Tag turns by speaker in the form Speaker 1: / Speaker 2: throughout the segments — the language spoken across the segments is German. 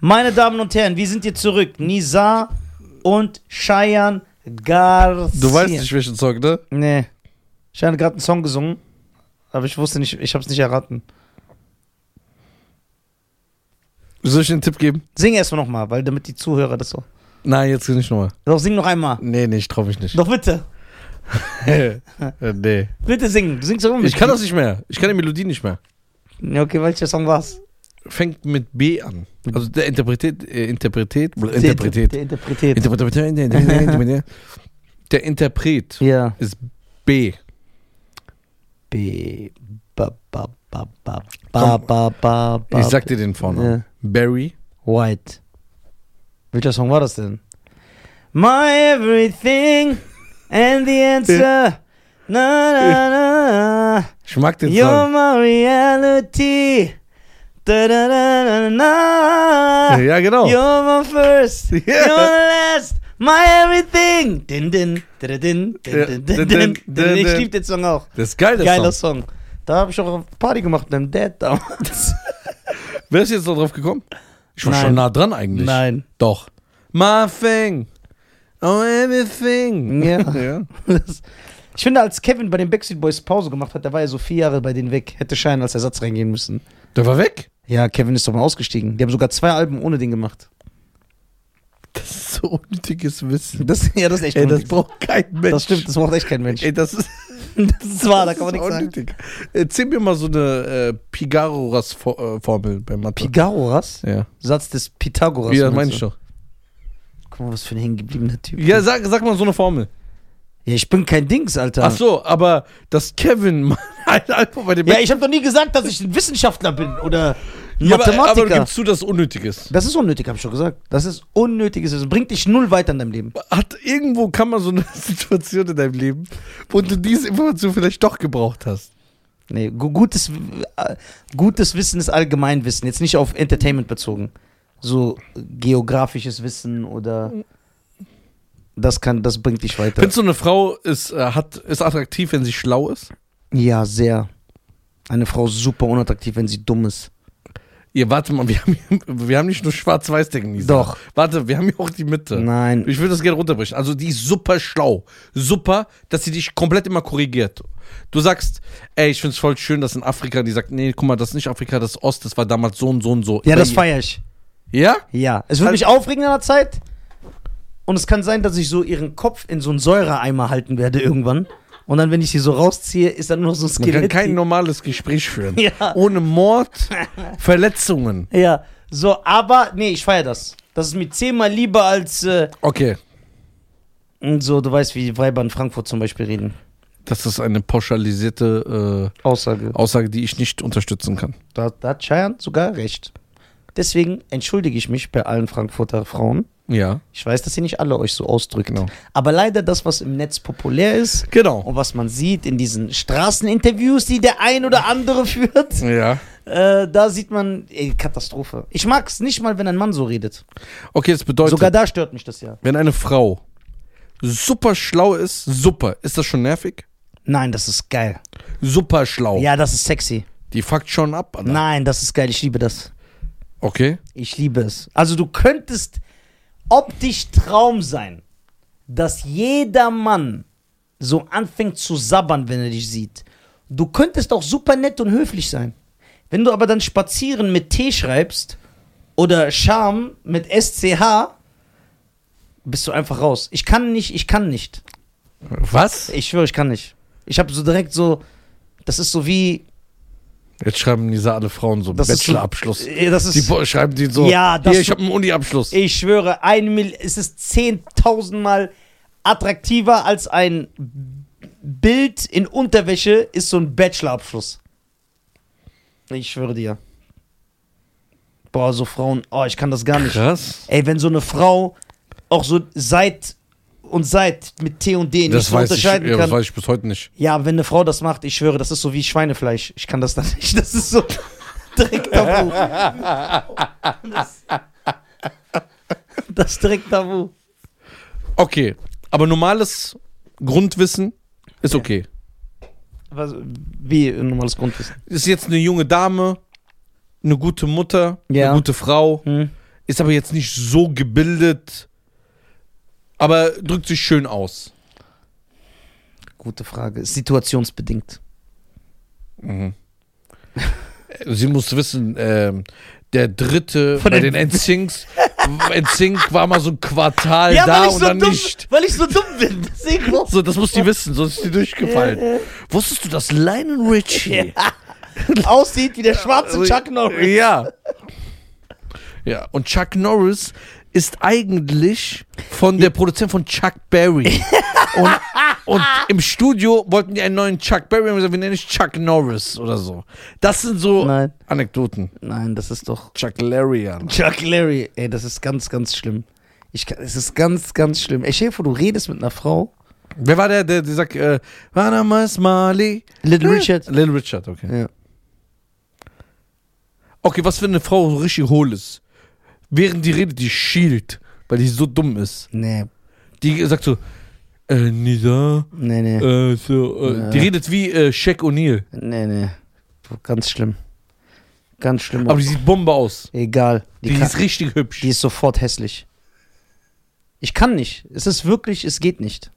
Speaker 1: Meine Damen und Herren, wir sind hier zurück. Nizar und Cheyenne Garcia.
Speaker 2: Du weißt nicht, welchen Song, ne?
Speaker 1: Nee. Cheyenne hat gerade einen Song gesungen, aber ich wusste nicht, ich hab's nicht erraten.
Speaker 2: Soll ich dir einen Tipp geben?
Speaker 1: Sing erstmal nochmal, weil damit die Zuhörer das so.
Speaker 2: Nein, jetzt nicht nochmal.
Speaker 1: Doch, sing noch einmal.
Speaker 2: Nee, nee, ich trau mich nicht.
Speaker 1: Doch bitte.
Speaker 2: Äh, nee.
Speaker 1: Bitte singen. Du singst doch immer mit.
Speaker 2: Ich kann das nicht mehr. Ich kann die Melodie nicht mehr.
Speaker 1: Ja, Okay, welcher Song war's?
Speaker 2: Fängt mit B an. Also der Interpretät, äh, Interpretät,
Speaker 1: Der
Speaker 2: Interpretät.
Speaker 1: Der Interpretät.
Speaker 2: Interpretät. Der Interpret
Speaker 1: Ja.
Speaker 2: ist B.
Speaker 1: B. Ba, ba, ba, ba, ba, ba, ba, ba.
Speaker 2: Ich sag dir den vorne.
Speaker 1: Ja.
Speaker 2: Barry.
Speaker 1: White. Welcher Song war das denn? My everything and the answer. Na, na, na.
Speaker 2: Ich mag den
Speaker 1: You're
Speaker 2: Song.
Speaker 1: my reality. Da, da, da, da, na.
Speaker 2: Ja, genau.
Speaker 1: You're my first,
Speaker 2: Yeah.
Speaker 1: you're the last, my everything. Din, din, din, din,
Speaker 2: Ja,
Speaker 1: din, din, din,
Speaker 2: din, din, din,
Speaker 1: Ich
Speaker 2: din.
Speaker 1: liebe den Song auch.
Speaker 2: Das ist geil, der
Speaker 1: Geiler
Speaker 2: Song.
Speaker 1: Song. Da habe ich auch eine Party gemacht mit meinem Dad damals.
Speaker 2: Wer ist jetzt da drauf gekommen? Ich war
Speaker 1: Nein.
Speaker 2: schon nah dran eigentlich.
Speaker 1: Nein.
Speaker 2: Doch. My thing. Oh, everything.
Speaker 1: Ja.
Speaker 2: ja.
Speaker 1: Das- Ich finde, als Kevin bei den Backstreet Boys Pause gemacht hat, da war er so vier Jahre bei denen weg. Hätte Schein als Ersatz reingehen müssen.
Speaker 2: Der war weg.
Speaker 1: Ja, Kevin ist doch mal ausgestiegen. Die haben sogar zwei Alben ohne den gemacht.
Speaker 2: Das ist so unnötiges Wissen.
Speaker 1: Das, ja, das ist echt
Speaker 2: Ey, das
Speaker 1: unnötig.
Speaker 2: braucht kein Mensch.
Speaker 1: das stimmt, das macht echt kein Mensch.
Speaker 2: Ey, das ist,
Speaker 1: Das ist wahr, da kann man
Speaker 2: das
Speaker 1: nichts
Speaker 2: ist
Speaker 1: sagen.
Speaker 2: unnötig. Erzähl mir mal so eine äh, Pigaroras-Formel bei Mathe.
Speaker 1: Pythagoras?
Speaker 2: ja.
Speaker 1: Satz des Pythagoras.
Speaker 2: ja,
Speaker 1: meinst
Speaker 2: meine
Speaker 1: du?
Speaker 2: ich doch.
Speaker 1: Guck mal, was für ein hängengebliebener Typ.
Speaker 2: Ja, sag, sag mal so eine Formel.
Speaker 1: Ja, ich bin kein Dings, Alter.
Speaker 2: Ach so, aber dass Kevin mal ein Alpha bei dem
Speaker 1: Ja, ich habe doch nie gesagt, dass ich ein Wissenschaftler bin oder ein
Speaker 2: Ja, aber, aber du
Speaker 1: Mathematiker.
Speaker 2: gibst zu, dass es unnötig ist.
Speaker 1: das ist unnötig, habe ich schon gesagt. Das ist unnötiges Wissen. Bringt dich null weiter in deinem Leben.
Speaker 2: Hat irgendwo kann man so eine Situation in deinem Leben, wo du diese Information vielleicht doch gebraucht hast.
Speaker 1: Nee, gu- gutes, äh, gutes Wissen ist Allgemeinwissen. Jetzt nicht auf Entertainment bezogen. So äh, geografisches Wissen oder. Das kann, das bringt dich weiter.
Speaker 2: Findest du, eine Frau ist, äh, hat, ist attraktiv, wenn sie schlau ist?
Speaker 1: Ja, sehr. Eine Frau ist super unattraktiv, wenn sie dumm ist.
Speaker 2: Ihr, warte mal, wir haben, hier, wir haben nicht nur Schwarz-Weiß-Denken, Nisa.
Speaker 1: Doch.
Speaker 2: Warte, wir haben hier auch die Mitte.
Speaker 1: Nein.
Speaker 2: Ich würde das gerne runterbrechen. Also, die ist super schlau. Super, dass sie dich komplett immer korrigiert. Du sagst, ey, ich finde es voll schön, dass in Afrika, die sagt, nee, guck mal, das ist nicht Afrika, das ist Ost, das war damals so und so und so.
Speaker 1: Ja,
Speaker 2: Immer
Speaker 1: das
Speaker 2: ihr-
Speaker 1: feiere ich.
Speaker 2: Ja?
Speaker 1: Ja, es würde mich aufregen in der Zeit. Und es kann sein, dass ich so ihren Kopf in so einen Säureeimer halten werde irgendwann. Und dann, wenn ich sie so rausziehe, ist dann nur so ein
Speaker 2: Man
Speaker 1: Skelett.
Speaker 2: kann kein normales Gespräch führen.
Speaker 1: Ja.
Speaker 2: Ohne Mord, Verletzungen.
Speaker 1: ja, so, aber, nee, ich feiere das. Das ist mir zehnmal lieber als, äh,
Speaker 2: Okay.
Speaker 1: so, du weißt, wie Weiber in Frankfurt zum Beispiel reden.
Speaker 2: Das ist eine pauschalisierte
Speaker 1: Aussage.
Speaker 2: äh, Aussage, die ich nicht unterstützen kann.
Speaker 1: Da, da hat Cheyenne sogar recht. Deswegen entschuldige ich mich bei allen Frankfurter Frauen.
Speaker 2: Ja.
Speaker 1: Ich weiß, dass ihr nicht alle euch so ausdrückt.
Speaker 2: Genau.
Speaker 1: Aber leider das, was im Netz populär ist,
Speaker 2: Genau.
Speaker 1: Und was man sieht in diesen Straßeninterviews, die der ein oder andere führt,
Speaker 2: Ja.
Speaker 1: äh, da sieht man ey, Katastrophe. Ich mag es nicht mal, wenn ein Mann so redet.
Speaker 2: Okay, das bedeutet,
Speaker 1: Sogar da stört mich das ja.
Speaker 2: wenn eine Frau super schlau ist, super, ist das schon nervig?
Speaker 1: Nein, das ist geil.
Speaker 2: Super schlau.
Speaker 1: Ja, das ist sexy.
Speaker 2: Die fuckt schon ab, Alter.
Speaker 1: Nein, das ist geil. Ich liebe das.
Speaker 2: Okay.
Speaker 1: Ich liebe es. Also du könntest optisch Traum sein, dass jeder Mann so anfängt zu sabbern, wenn er dich sieht. Du könntest auch super nett und höflich sein. Wenn du aber dann spazieren mit T schreibst oder Charme mit SCH, bist du einfach raus. Ich kann nicht, ich kann nicht.
Speaker 2: Was?
Speaker 1: Ich schwöre, ich kann nicht. Ich habe so direkt so, das ist so wie,
Speaker 2: Jetzt schreiben diese alle Frauen so einen
Speaker 1: das ist so-
Speaker 2: Bachelorabschluss.
Speaker 1: Äh, Das ist
Speaker 2: Die Bo- schreiben die so,
Speaker 1: Ja, das
Speaker 2: hier, ich
Speaker 1: so-
Speaker 2: habe einen Uni-Abschluss.
Speaker 1: Ich schwöre, ein Mil es ist zehntausendmal attraktiver als ein Bild in Unterwäsche ist so ein Bachelorabschluss. Ich schwöre dir. Boah, so Frauen, oh, ich kann das gar nicht.
Speaker 2: Krass.
Speaker 1: Ey, wenn so eine Frau auch so seit und seit mit T und D nicht
Speaker 2: Das
Speaker 1: so
Speaker 2: weiß, ich, ja,
Speaker 1: unterscheiden kann.
Speaker 2: das weiß ich bis heute nicht.
Speaker 1: Ja, aber wenn eine Frau das macht, ich schwöre, das ist so wie Schweinefleisch. Ich kann das dann nicht. Das ist so direkt tabu. Das, das ist direkt tabu.
Speaker 2: Okay, aber normales Grundwissen ist okay.
Speaker 1: Was, wie ein normales Grundwissen.
Speaker 2: Ist jetzt eine junge Dame, eine gute Mutter,
Speaker 1: Ja. Hm.
Speaker 2: eine gute Frau, ist aber jetzt nicht so gebildet, aber drückt sich schön aus.
Speaker 1: Gute Frage. Ist situationsbedingt.
Speaker 2: Sie muss wissen, ähm, der dritte
Speaker 1: Von
Speaker 2: bei
Speaker 1: den-
Speaker 2: den NSYNCs, NSYNC war mal so ein Quartal da und dann
Speaker 1: dumm,
Speaker 2: nicht.
Speaker 1: weil ich so dumm bin. Deswegen auch
Speaker 2: So, das muss die wissen, sonst ist die durchgefallen. Wusstest du, dass Lionel Richie
Speaker 1: aussieht wie der schwarze Chuck Norris.
Speaker 2: Ja. Ja, und Chuck Norris ist eigentlich von der Produzent von Chuck Berry. Und, und im Studio wollten die einen neuen Chuck Berry und haben gesagt, wir nennen dich Chuck Norris oder so. Das sind so
Speaker 1: Nein.
Speaker 2: Anekdoten.
Speaker 1: Nein, das ist doch
Speaker 2: Chuck Larian.
Speaker 1: Chuck Larry. Ey, das ist ganz, ganz schlimm. Ich kann, es ist ganz, ganz schlimm. Ey, Schäfer, du redest mit einer Frau.
Speaker 2: Wer war der, der, der sagt, äh, Panama Smiley?
Speaker 1: Little Richard.
Speaker 2: Little Richard, okay.
Speaker 1: Ja.
Speaker 2: Okay, was, wenn eine Frau so richtig hohl ist? Während die redet, die schielt, weil die so dumm ist.
Speaker 1: Nee,
Speaker 2: Die sagt so, äh, Nida,
Speaker 1: nee, nee.
Speaker 2: äh, so, äh,
Speaker 1: Ja.
Speaker 2: die redet wie äh, Shaq O'Neal.
Speaker 1: Nee, nee. Puh, Ganz schlimm. Ganz schlimm.
Speaker 2: Aber die sieht Bombe aus.
Speaker 1: Egal.
Speaker 2: Die,
Speaker 1: kann-
Speaker 2: ist richtig hübsch.
Speaker 1: die ist sofort hässlich. Ich kann nicht. Es ist wirklich, es geht nicht.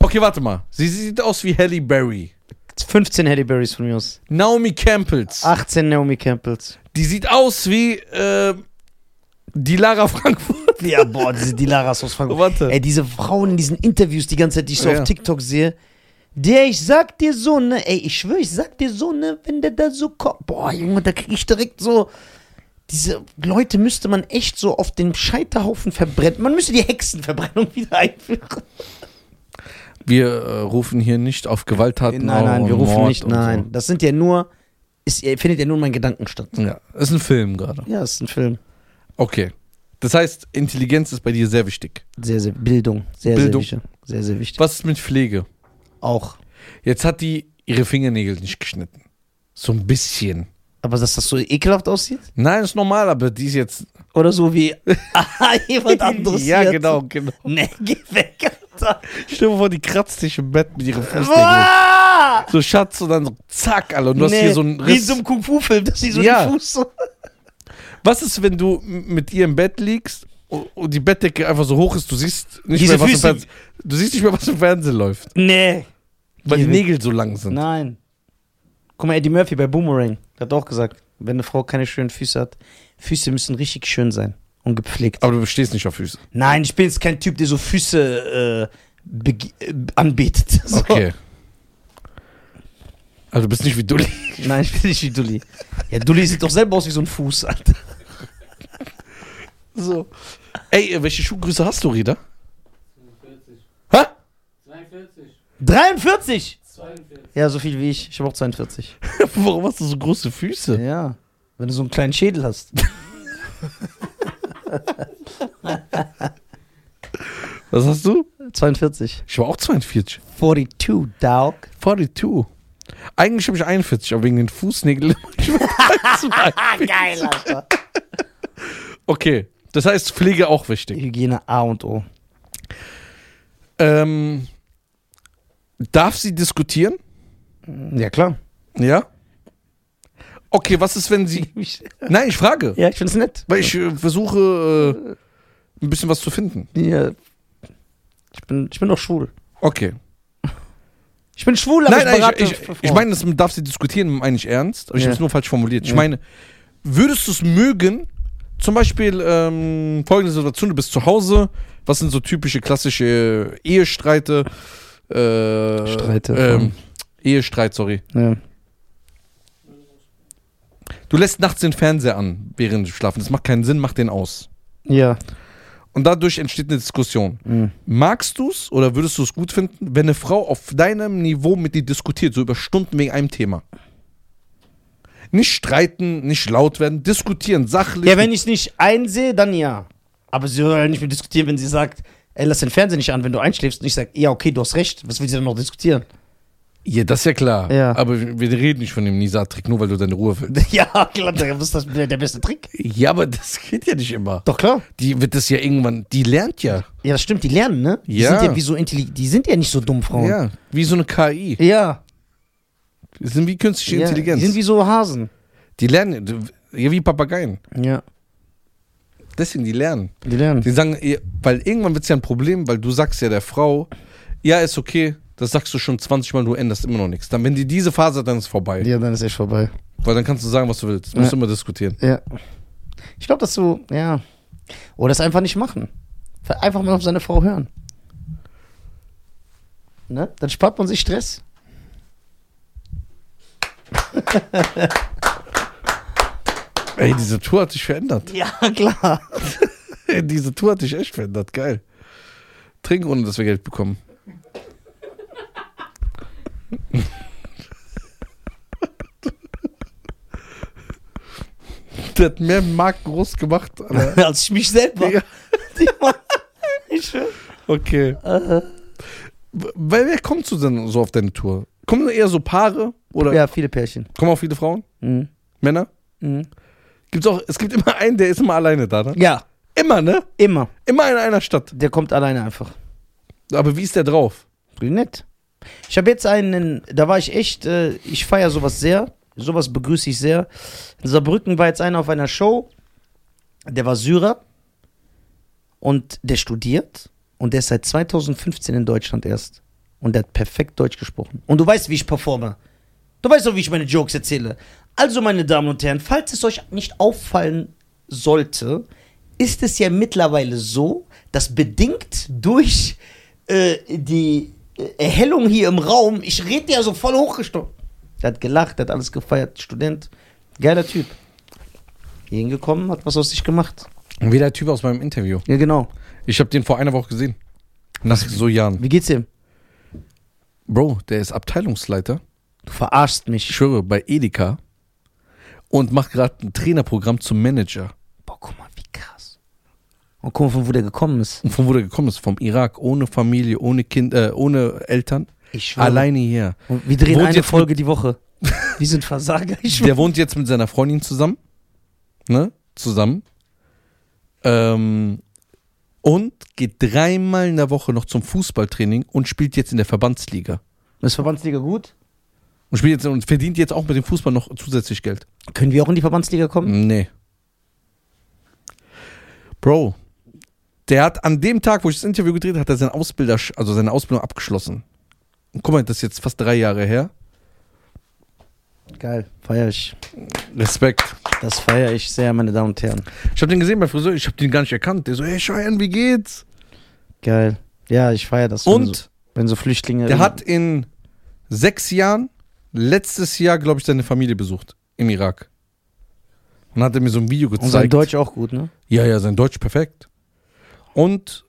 Speaker 2: Okay, warte mal. Sie sieht aus wie Halle Berry.
Speaker 1: 15 Halle Berrys von mir aus.
Speaker 2: Naomi Campbells.
Speaker 1: 18 Naomi Campbells.
Speaker 2: Die sieht aus wie äh, die Lara Frankfurt.
Speaker 1: Ja, boah, diese Dilaras aus Frankfurt.
Speaker 2: Oh, Warte. Oh,
Speaker 1: Ey, diese Frauen in diesen Interviews die ganze Zeit, die ich so
Speaker 2: Ja.
Speaker 1: auf TikTok sehe. Der, ich sag dir so, ne, ey, ich schwöre, ich sag dir so, ne, wenn der da so kommt. Boah, Junge, da krieg ich direkt so. Diese Leute müsste man echt so auf den Scheiterhaufen verbrennen. Man müsste die Hexenverbrennung wieder einführen.
Speaker 2: Wir äh, rufen hier nicht auf Gewalttaten
Speaker 1: Nein, nein,
Speaker 2: und
Speaker 1: wir rufen
Speaker 2: Oh, Mord
Speaker 1: nicht,
Speaker 2: und so.
Speaker 1: nein. Das sind ja nur, ist, ihr findet ja nur mein Gedankenstand.
Speaker 2: Ja, ist ein Film gerade.
Speaker 1: Ja, ist ein Film.
Speaker 2: Okay. Das heißt, Intelligenz ist bei dir sehr wichtig.
Speaker 1: Sehr, sehr, Bildung. Sehr,
Speaker 2: Bildung.
Speaker 1: sehr wichtig. Sehr, sehr wichtig.
Speaker 2: Was ist mit Pflege?
Speaker 1: Auch.
Speaker 2: Jetzt hat die ihre Fingernägel nicht geschnitten. So ein bisschen.
Speaker 1: Aber dass das so ekelhaft aussieht?
Speaker 2: Nein, ist normal, aber die ist jetzt.
Speaker 1: Oder so wie jemand anderes.
Speaker 2: ja,
Speaker 1: hier.
Speaker 2: genau, genau.
Speaker 1: Nee, geh weg, Alter.
Speaker 2: Stell dir vor, die kratzt dich im Bett mit ihren Fußnägeln.
Speaker 1: Boah!
Speaker 2: So Schatz und dann so zack, Alter. Und du hast
Speaker 1: Nee,
Speaker 2: hier so einen
Speaker 1: Wie
Speaker 2: Riss.
Speaker 1: so ein Kung-Fu-Film, dass sie so
Speaker 2: Ja.
Speaker 1: den Fuß so.
Speaker 2: was ist, wenn du m- mit ihr im Bett liegst und, und die Bettdecke einfach so hoch ist, du siehst nicht
Speaker 1: Diese
Speaker 2: mehr, was im
Speaker 1: Füße.
Speaker 2: Fernsehen, Du siehst nicht mehr, was im Fernsehen läuft.
Speaker 1: Nee.
Speaker 2: Weil die
Speaker 1: Geh weg.
Speaker 2: Nägel so lang sind.
Speaker 1: Nein. Guck mal, Eddie Murphy bei Boomerang hat auch gesagt, wenn eine Frau keine schönen Füße hat, Füße müssen richtig schön sein und gepflegt.
Speaker 2: Aber du bestehst nicht auf Füße.
Speaker 1: Nein, ich bin jetzt kein Typ, der so Füße äh, beg- äh, anbetet. So.
Speaker 2: Okay. Also du bist nicht wie Dulli.
Speaker 1: Nein, ich bin nicht wie Dulli. Ja, Dulli sieht doch selber aus wie so ein Fuß, Alter.
Speaker 2: So. Ey, äh, welche Schuhgröße hast du, Rida? Hä?
Speaker 3: 42,
Speaker 1: 43!
Speaker 3: 42.
Speaker 1: Ja, so viel wie ich. Ich habe auch 42.
Speaker 2: Warum hast du so große Füße?
Speaker 1: Ja. Wenn du so einen kleinen Schädel hast.
Speaker 2: Was hast du?
Speaker 1: 42.
Speaker 2: Ich war auch 42.
Speaker 1: 42, Dog.
Speaker 2: 42. Eigentlich habe ich 41, aber wegen den Fußnägeln. Ich war zu alt.
Speaker 1: Geil, Alter.
Speaker 2: okay, das heißt Pflege auch wichtig.
Speaker 1: Hygiene A und O.
Speaker 2: Ähm, darf sie diskutieren?
Speaker 1: Ja, klar.
Speaker 2: Ja. Okay, was ist, wenn sie. Nein, ich frage.
Speaker 1: Ja, ich find's nett.
Speaker 2: Weil ich äh, versuche, äh, ein bisschen was zu finden.
Speaker 1: Ja. äh, Ich bin, ich bin doch schwul.
Speaker 2: Okay.
Speaker 1: Ich bin schwul, aber
Speaker 2: Nein,
Speaker 1: ich
Speaker 2: nein,
Speaker 1: berate
Speaker 2: ich, ich,
Speaker 1: Frauen.
Speaker 2: ich meine, das darf sie diskutieren, meine ich ernst, aber ich
Speaker 1: Ja.
Speaker 2: habe es nur falsch formuliert. Ich
Speaker 1: Ja.
Speaker 2: meine, würdest du es mögen, zum Beispiel ähm, folgende Situation, du bist zu Hause, was sind so typische klassische Ehestreite? Äh,
Speaker 1: Streite,
Speaker 2: Ähm, Ehestreit, sorry.
Speaker 1: Ja.
Speaker 2: Du lässt nachts den Fernseher an, während du schlafen. Das macht keinen Sinn, mach den aus.
Speaker 1: Ja.
Speaker 2: Und dadurch entsteht eine Diskussion.
Speaker 1: Mhm.
Speaker 2: Magst du es oder würdest du es gut finden, wenn eine Frau auf deinem Niveau mit dir diskutiert, so über Stunden wegen einem Thema? Nicht streiten, nicht laut werden, diskutieren, sachlich.
Speaker 1: Ja, wenn ich nicht einsehe, dann ja. Aber sie soll ja nicht mehr diskutieren, wenn sie sagt, ey, lass den Fernseher nicht an, wenn du einschläfst. Und ich sage, ja, okay, du hast recht. Was will sie denn noch diskutieren?
Speaker 2: ja das ist ja klar.
Speaker 1: Ja.
Speaker 2: Aber wir reden nicht von dem Nisa-Trick, nur weil du deine Ruhe willst.
Speaker 1: Ja, klar, das ist das der beste Trick.
Speaker 2: Ja, aber das geht ja nicht immer.
Speaker 1: Doch, klar.
Speaker 2: Die wird das ja irgendwann, die lernt ja.
Speaker 1: Ja, das stimmt, die lernen, ne? Die
Speaker 2: Ja.
Speaker 1: sind ja wie so intelligent, die sind ja nicht so dumm, Frauen.
Speaker 2: Ja, wie so eine KI.
Speaker 1: Ja.
Speaker 2: Die sind wie künstliche
Speaker 1: ja.
Speaker 2: Intelligenz.
Speaker 1: Die sind wie so Hasen.
Speaker 2: die lernen, ja, wie Papageien.
Speaker 1: Ja.
Speaker 2: Deswegen, die lernen.
Speaker 1: Die lernen.
Speaker 2: Die sagen, ihr- weil irgendwann wird es ja ein Problem, weil du sagst ja der Frau, ja, ist okay, das sagst du schon 20 Mal, du änderst immer noch nichts. Dann, wenn die diese Phase hat, dann ist vorbei.
Speaker 1: Ja, dann ist echt vorbei.
Speaker 2: Weil dann kannst du sagen, was du willst. Du musst immer diskutieren.
Speaker 1: Ja. Ich glaube, dass du, ja. Oder es einfach nicht machen. Einfach mal auf seine Frau hören. Ne? Dann spart man sich Stress.
Speaker 2: Ey, diese Tour hat dich verändert.
Speaker 1: Ja, klar.
Speaker 2: Ey, diese Tour hat dich echt verändert. Geil. Trinken, ohne dass wir Geld bekommen. Der hat mehr den Markt groß gemacht. Alter.
Speaker 1: Als ich mich selber.
Speaker 2: Digga.
Speaker 1: Die Mann- Ich schwör.
Speaker 2: Okay. W- Äh. Wer, wer kommt so denn so auf deine Tour? Kommen eher so Paare? Oder
Speaker 1: ja, viele Pärchen.
Speaker 2: kommen auch viele Frauen?
Speaker 1: Mhm.
Speaker 2: Männer?
Speaker 1: Mhm.
Speaker 2: Gibt's auch, es gibt immer einen, der ist immer alleine da, ne?
Speaker 1: Ja,
Speaker 2: Immer, ne?
Speaker 1: immer.
Speaker 2: Immer in einer Stadt.
Speaker 1: Der kommt alleine einfach.
Speaker 2: Aber wie ist der drauf?
Speaker 1: Wie nett. Ich habe jetzt einen, da war ich echt, äh, ich feiere sowas sehr, sowas begrüße ich sehr. In Saarbrücken war jetzt einer auf einer Show, der war Syrer und der studiert und der ist seit 2015 in Deutschland erst. Und der hat perfekt Deutsch gesprochen. Und du weißt, wie ich performe. Du weißt doch, wie ich meine Jokes erzähle. Also, meine Damen und Herren, falls es euch nicht auffallen sollte, ist es ja mittlerweile so, dass bedingt durch äh, die äh, Erhellung hier im Raum, ich rede ja so voll hochgestochen. Der hat gelacht, der hat alles gefeiert. Student, geiler Typ. Hier hingekommen, hat was aus sich gemacht.
Speaker 2: Wie der Typ aus meinem Interview.
Speaker 1: Ja, genau.
Speaker 2: Ich habe den vor einer Woche gesehen. Nach so Jahren.
Speaker 1: Wie geht's ihm?
Speaker 2: Bro, der ist Abteilungsleiter.
Speaker 1: Du verarschst
Speaker 2: Ich
Speaker 1: mich.
Speaker 2: schwöre, bei Edeka. Und macht gerade ein Trainerprogramm zum Manager.
Speaker 1: Boah, guck mal, wie krass. Und guck mal, von wo der gekommen ist.
Speaker 2: Und von wo der gekommen ist? Vom Irak. Ohne Familie, ohne Kind, äh, ohne Eltern.
Speaker 1: Ich schwöre.
Speaker 2: Alleine hier.
Speaker 1: Und wir drehen
Speaker 2: Wohnt
Speaker 1: eine
Speaker 2: jetzt
Speaker 1: Folge die Woche. Wir sind Versager. Ich schwöre.
Speaker 2: Der wohnt jetzt mit seiner Freundin zusammen. Ne? Zusammen. Ähm, und geht dreimal in der Woche noch zum Fußballtraining und spielt jetzt in der Verbandsliga.
Speaker 1: Ist Verbandsliga gut?
Speaker 2: Und spielt jetzt und verdient jetzt auch mit dem Fußball noch zusätzlich Geld.
Speaker 1: Können wir auch in die Verbandsliga kommen?
Speaker 2: Nee. Bro, der hat an dem Tag, wo ich das Interview gedreht habe, hat er seine Ausbilder, also seine Ausbildung abgeschlossen. Und guck mal, das ist jetzt fast drei Jahre her.
Speaker 1: Geil, feier ich.
Speaker 2: Respekt.
Speaker 1: Das feiere ich sehr, meine Damen und Herren.
Speaker 2: Ich habe den gesehen beim Friseur, ich habe den gar nicht erkannt. Der so, hey Cheyenne, wie geht's?
Speaker 1: Geil. Ja, ich feiere das. wenn
Speaker 2: Und
Speaker 1: so, wenn so Flüchtlinge.
Speaker 2: Der hat in sechs Jahren, letztes Jahr, glaube ich, seine Familie besucht im Irak. Und hat er mir so ein Video gezeigt.
Speaker 1: und sein Deutsch auch gut, ne?
Speaker 2: Ja, ja, sein Deutsch perfekt. Und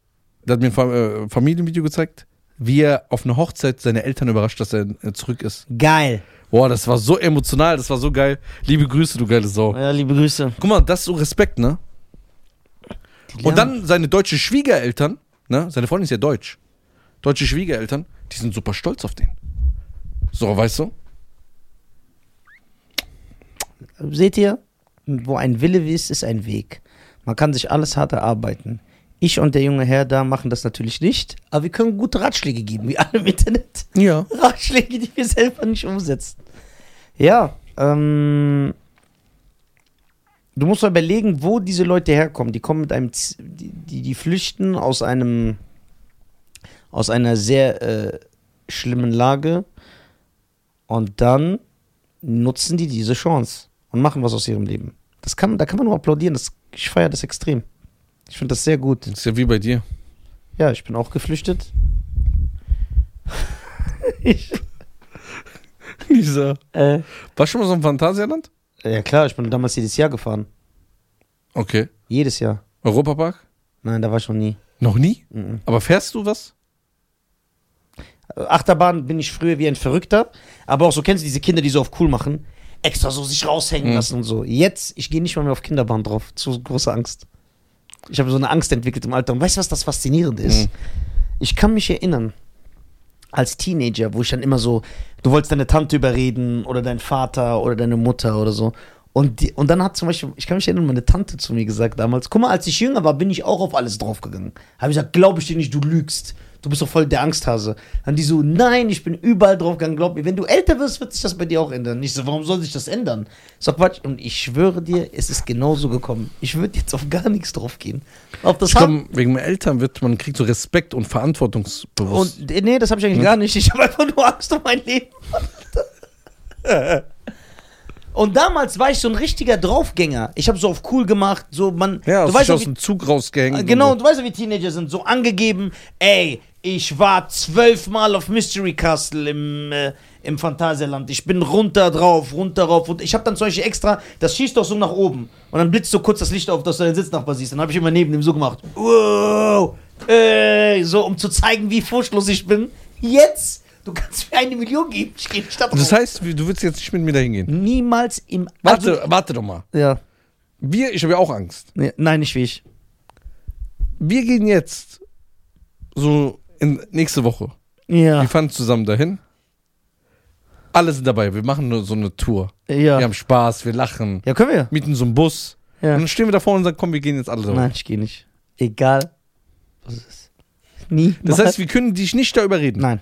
Speaker 2: der hat mir ein Fa- äh, Familienvideo gezeigt, wie er auf einer Hochzeit seine Eltern überrascht, dass er äh, zurück ist.
Speaker 1: Geil.
Speaker 2: Boah, das war so emotional, das war so geil. Liebe Grüße, du geile Sau.
Speaker 1: Ja, liebe Grüße.
Speaker 2: Guck mal, das ist so Respekt, ne? Und dann seine deutschen Schwiegereltern, ne? Seine Freundin ist ja deutsch. Deutsche Schwiegereltern, die sind super stolz auf den. So, weißt du?
Speaker 1: Seht ihr, wo ein Wille ist, ist ein Weg. Man kann sich alles hart erarbeiten. Ich und der junge Herr da machen das natürlich nicht, aber wir können gute Ratschläge geben, wie alle im Internet.
Speaker 2: Ja.
Speaker 1: Ratschläge, die wir selber nicht umsetzen. Ja, ähm, du musst mal überlegen, wo diese Leute herkommen. Die kommen mit einem, Z- die, die, die flüchten aus einem, aus einer sehr äh, schlimmen Lage und dann nutzen die diese Chance und machen was aus ihrem Leben. Das kann, da kann man nur applaudieren. Das, ich feiere das extrem. Ich finde das sehr gut.
Speaker 2: Das ist ja wie bei dir.
Speaker 1: Ja, ich bin auch geflüchtet. ich,
Speaker 2: Lisa.
Speaker 1: äh,
Speaker 2: Warst du schon mal so im Phantasialand?
Speaker 1: Ja klar, ich bin damals jedes Jahr gefahren.
Speaker 2: Okay.
Speaker 1: Jedes Jahr.
Speaker 2: Europapark?
Speaker 1: Nein, da war ich noch nie.
Speaker 2: Noch nie?
Speaker 1: Mhm.
Speaker 2: Aber fährst du was?
Speaker 1: Achterbahn bin ich früher wie ein Verrückter, aber auch so kennst du diese Kinder, die so auf cool machen, extra so sich raushängen
Speaker 2: Mhm.
Speaker 1: lassen und so. Jetzt, ich gehe nicht mal mehr auf Kinderbahn drauf, zu große Angst. Ich habe so eine Angst entwickelt im Alter. Und weißt du, was das Faszinierende ist?
Speaker 2: Mhm.
Speaker 1: Ich kann mich erinnern, als Teenager, wo ich dann immer so, du wolltest deine Tante überreden oder deinen Vater oder deine Mutter oder so. Und, die, und dann hat zum Beispiel, ich kann mich erinnern, meine Tante zu mir gesagt damals, guck mal, als ich jünger war, bin ich auch auf alles draufgegangen. Habe ich gesagt, glaube ich dir nicht, du lügst. Du bist doch voll der Angsthase. Dann die so, nein, ich bin überall draufgegangen, glaub mir, wenn du älter wirst, wird sich das bei dir auch ändern. Ich so, warum soll sich das ändern? So Quatsch. Und ich schwöre dir, es ist genauso gekommen. Ich würde jetzt auf gar nichts draufgehen. Auf das
Speaker 2: Ich
Speaker 1: Haar-
Speaker 2: glaube, wegen meinen Eltern wird man kriegt so Respekt und Verantwortungsbewusst.
Speaker 1: Und äh, nee, das habe
Speaker 2: Hm.
Speaker 1: ich eigentlich gar nicht. Ich habe einfach nur Angst um mein Leben. Und damals war ich so ein richtiger Draufgänger. Ich habe so auf cool gemacht, so man.
Speaker 2: ja,
Speaker 1: du
Speaker 2: du
Speaker 1: weißt
Speaker 2: weißt,
Speaker 1: doch,
Speaker 2: aus
Speaker 1: wie,
Speaker 2: dem Zug rausgehängt.
Speaker 1: äh,
Speaker 2: und
Speaker 1: genau,
Speaker 2: so.
Speaker 1: du weißt doch, wie Teenager sind. So angegeben, ey, ich war zwölfmal auf Mystery Castle im, äh, im Phantasialand. Ich bin runter drauf, runter rauf. Und ich habe dann zum Beispiel extra, das schießt doch so nach oben. Und dann blitzt so kurz das Licht auf, dass du deinen Sitznachbar siehst. Dann habe ich immer neben dem so gemacht. Wow, ey, so um zu zeigen, wie furchtlos ich bin. Jetzt, du kannst mir eine Million geben. Ich gehe nicht da drauf.
Speaker 2: Das heißt, wie- du willst jetzt nicht mit mir dahin gehen.
Speaker 1: Niemals im...
Speaker 2: Warte, warte doch mal.
Speaker 1: Also, ja.
Speaker 2: Wir, ich habe ja auch Angst.
Speaker 1: Nee, Nein, nicht wie ich.
Speaker 2: Wir gehen jetzt so in nächste Woche.
Speaker 1: Ja.
Speaker 2: Wir fahren zusammen dahin. Alle sind dabei. Wir machen nur so eine Tour.
Speaker 1: Ja.
Speaker 2: Wir haben Spaß, wir lachen,
Speaker 1: Ja, können wir.
Speaker 2: mieten so einen Bus.
Speaker 1: Ja.
Speaker 2: Und dann stehen wir davor und sagen, komm, wir gehen jetzt alle drauf.
Speaker 1: Nein, ich gehe nicht. Egal. Was ist. Nie.
Speaker 2: Das heißt, wir können dich nicht da überreden.
Speaker 1: Nein.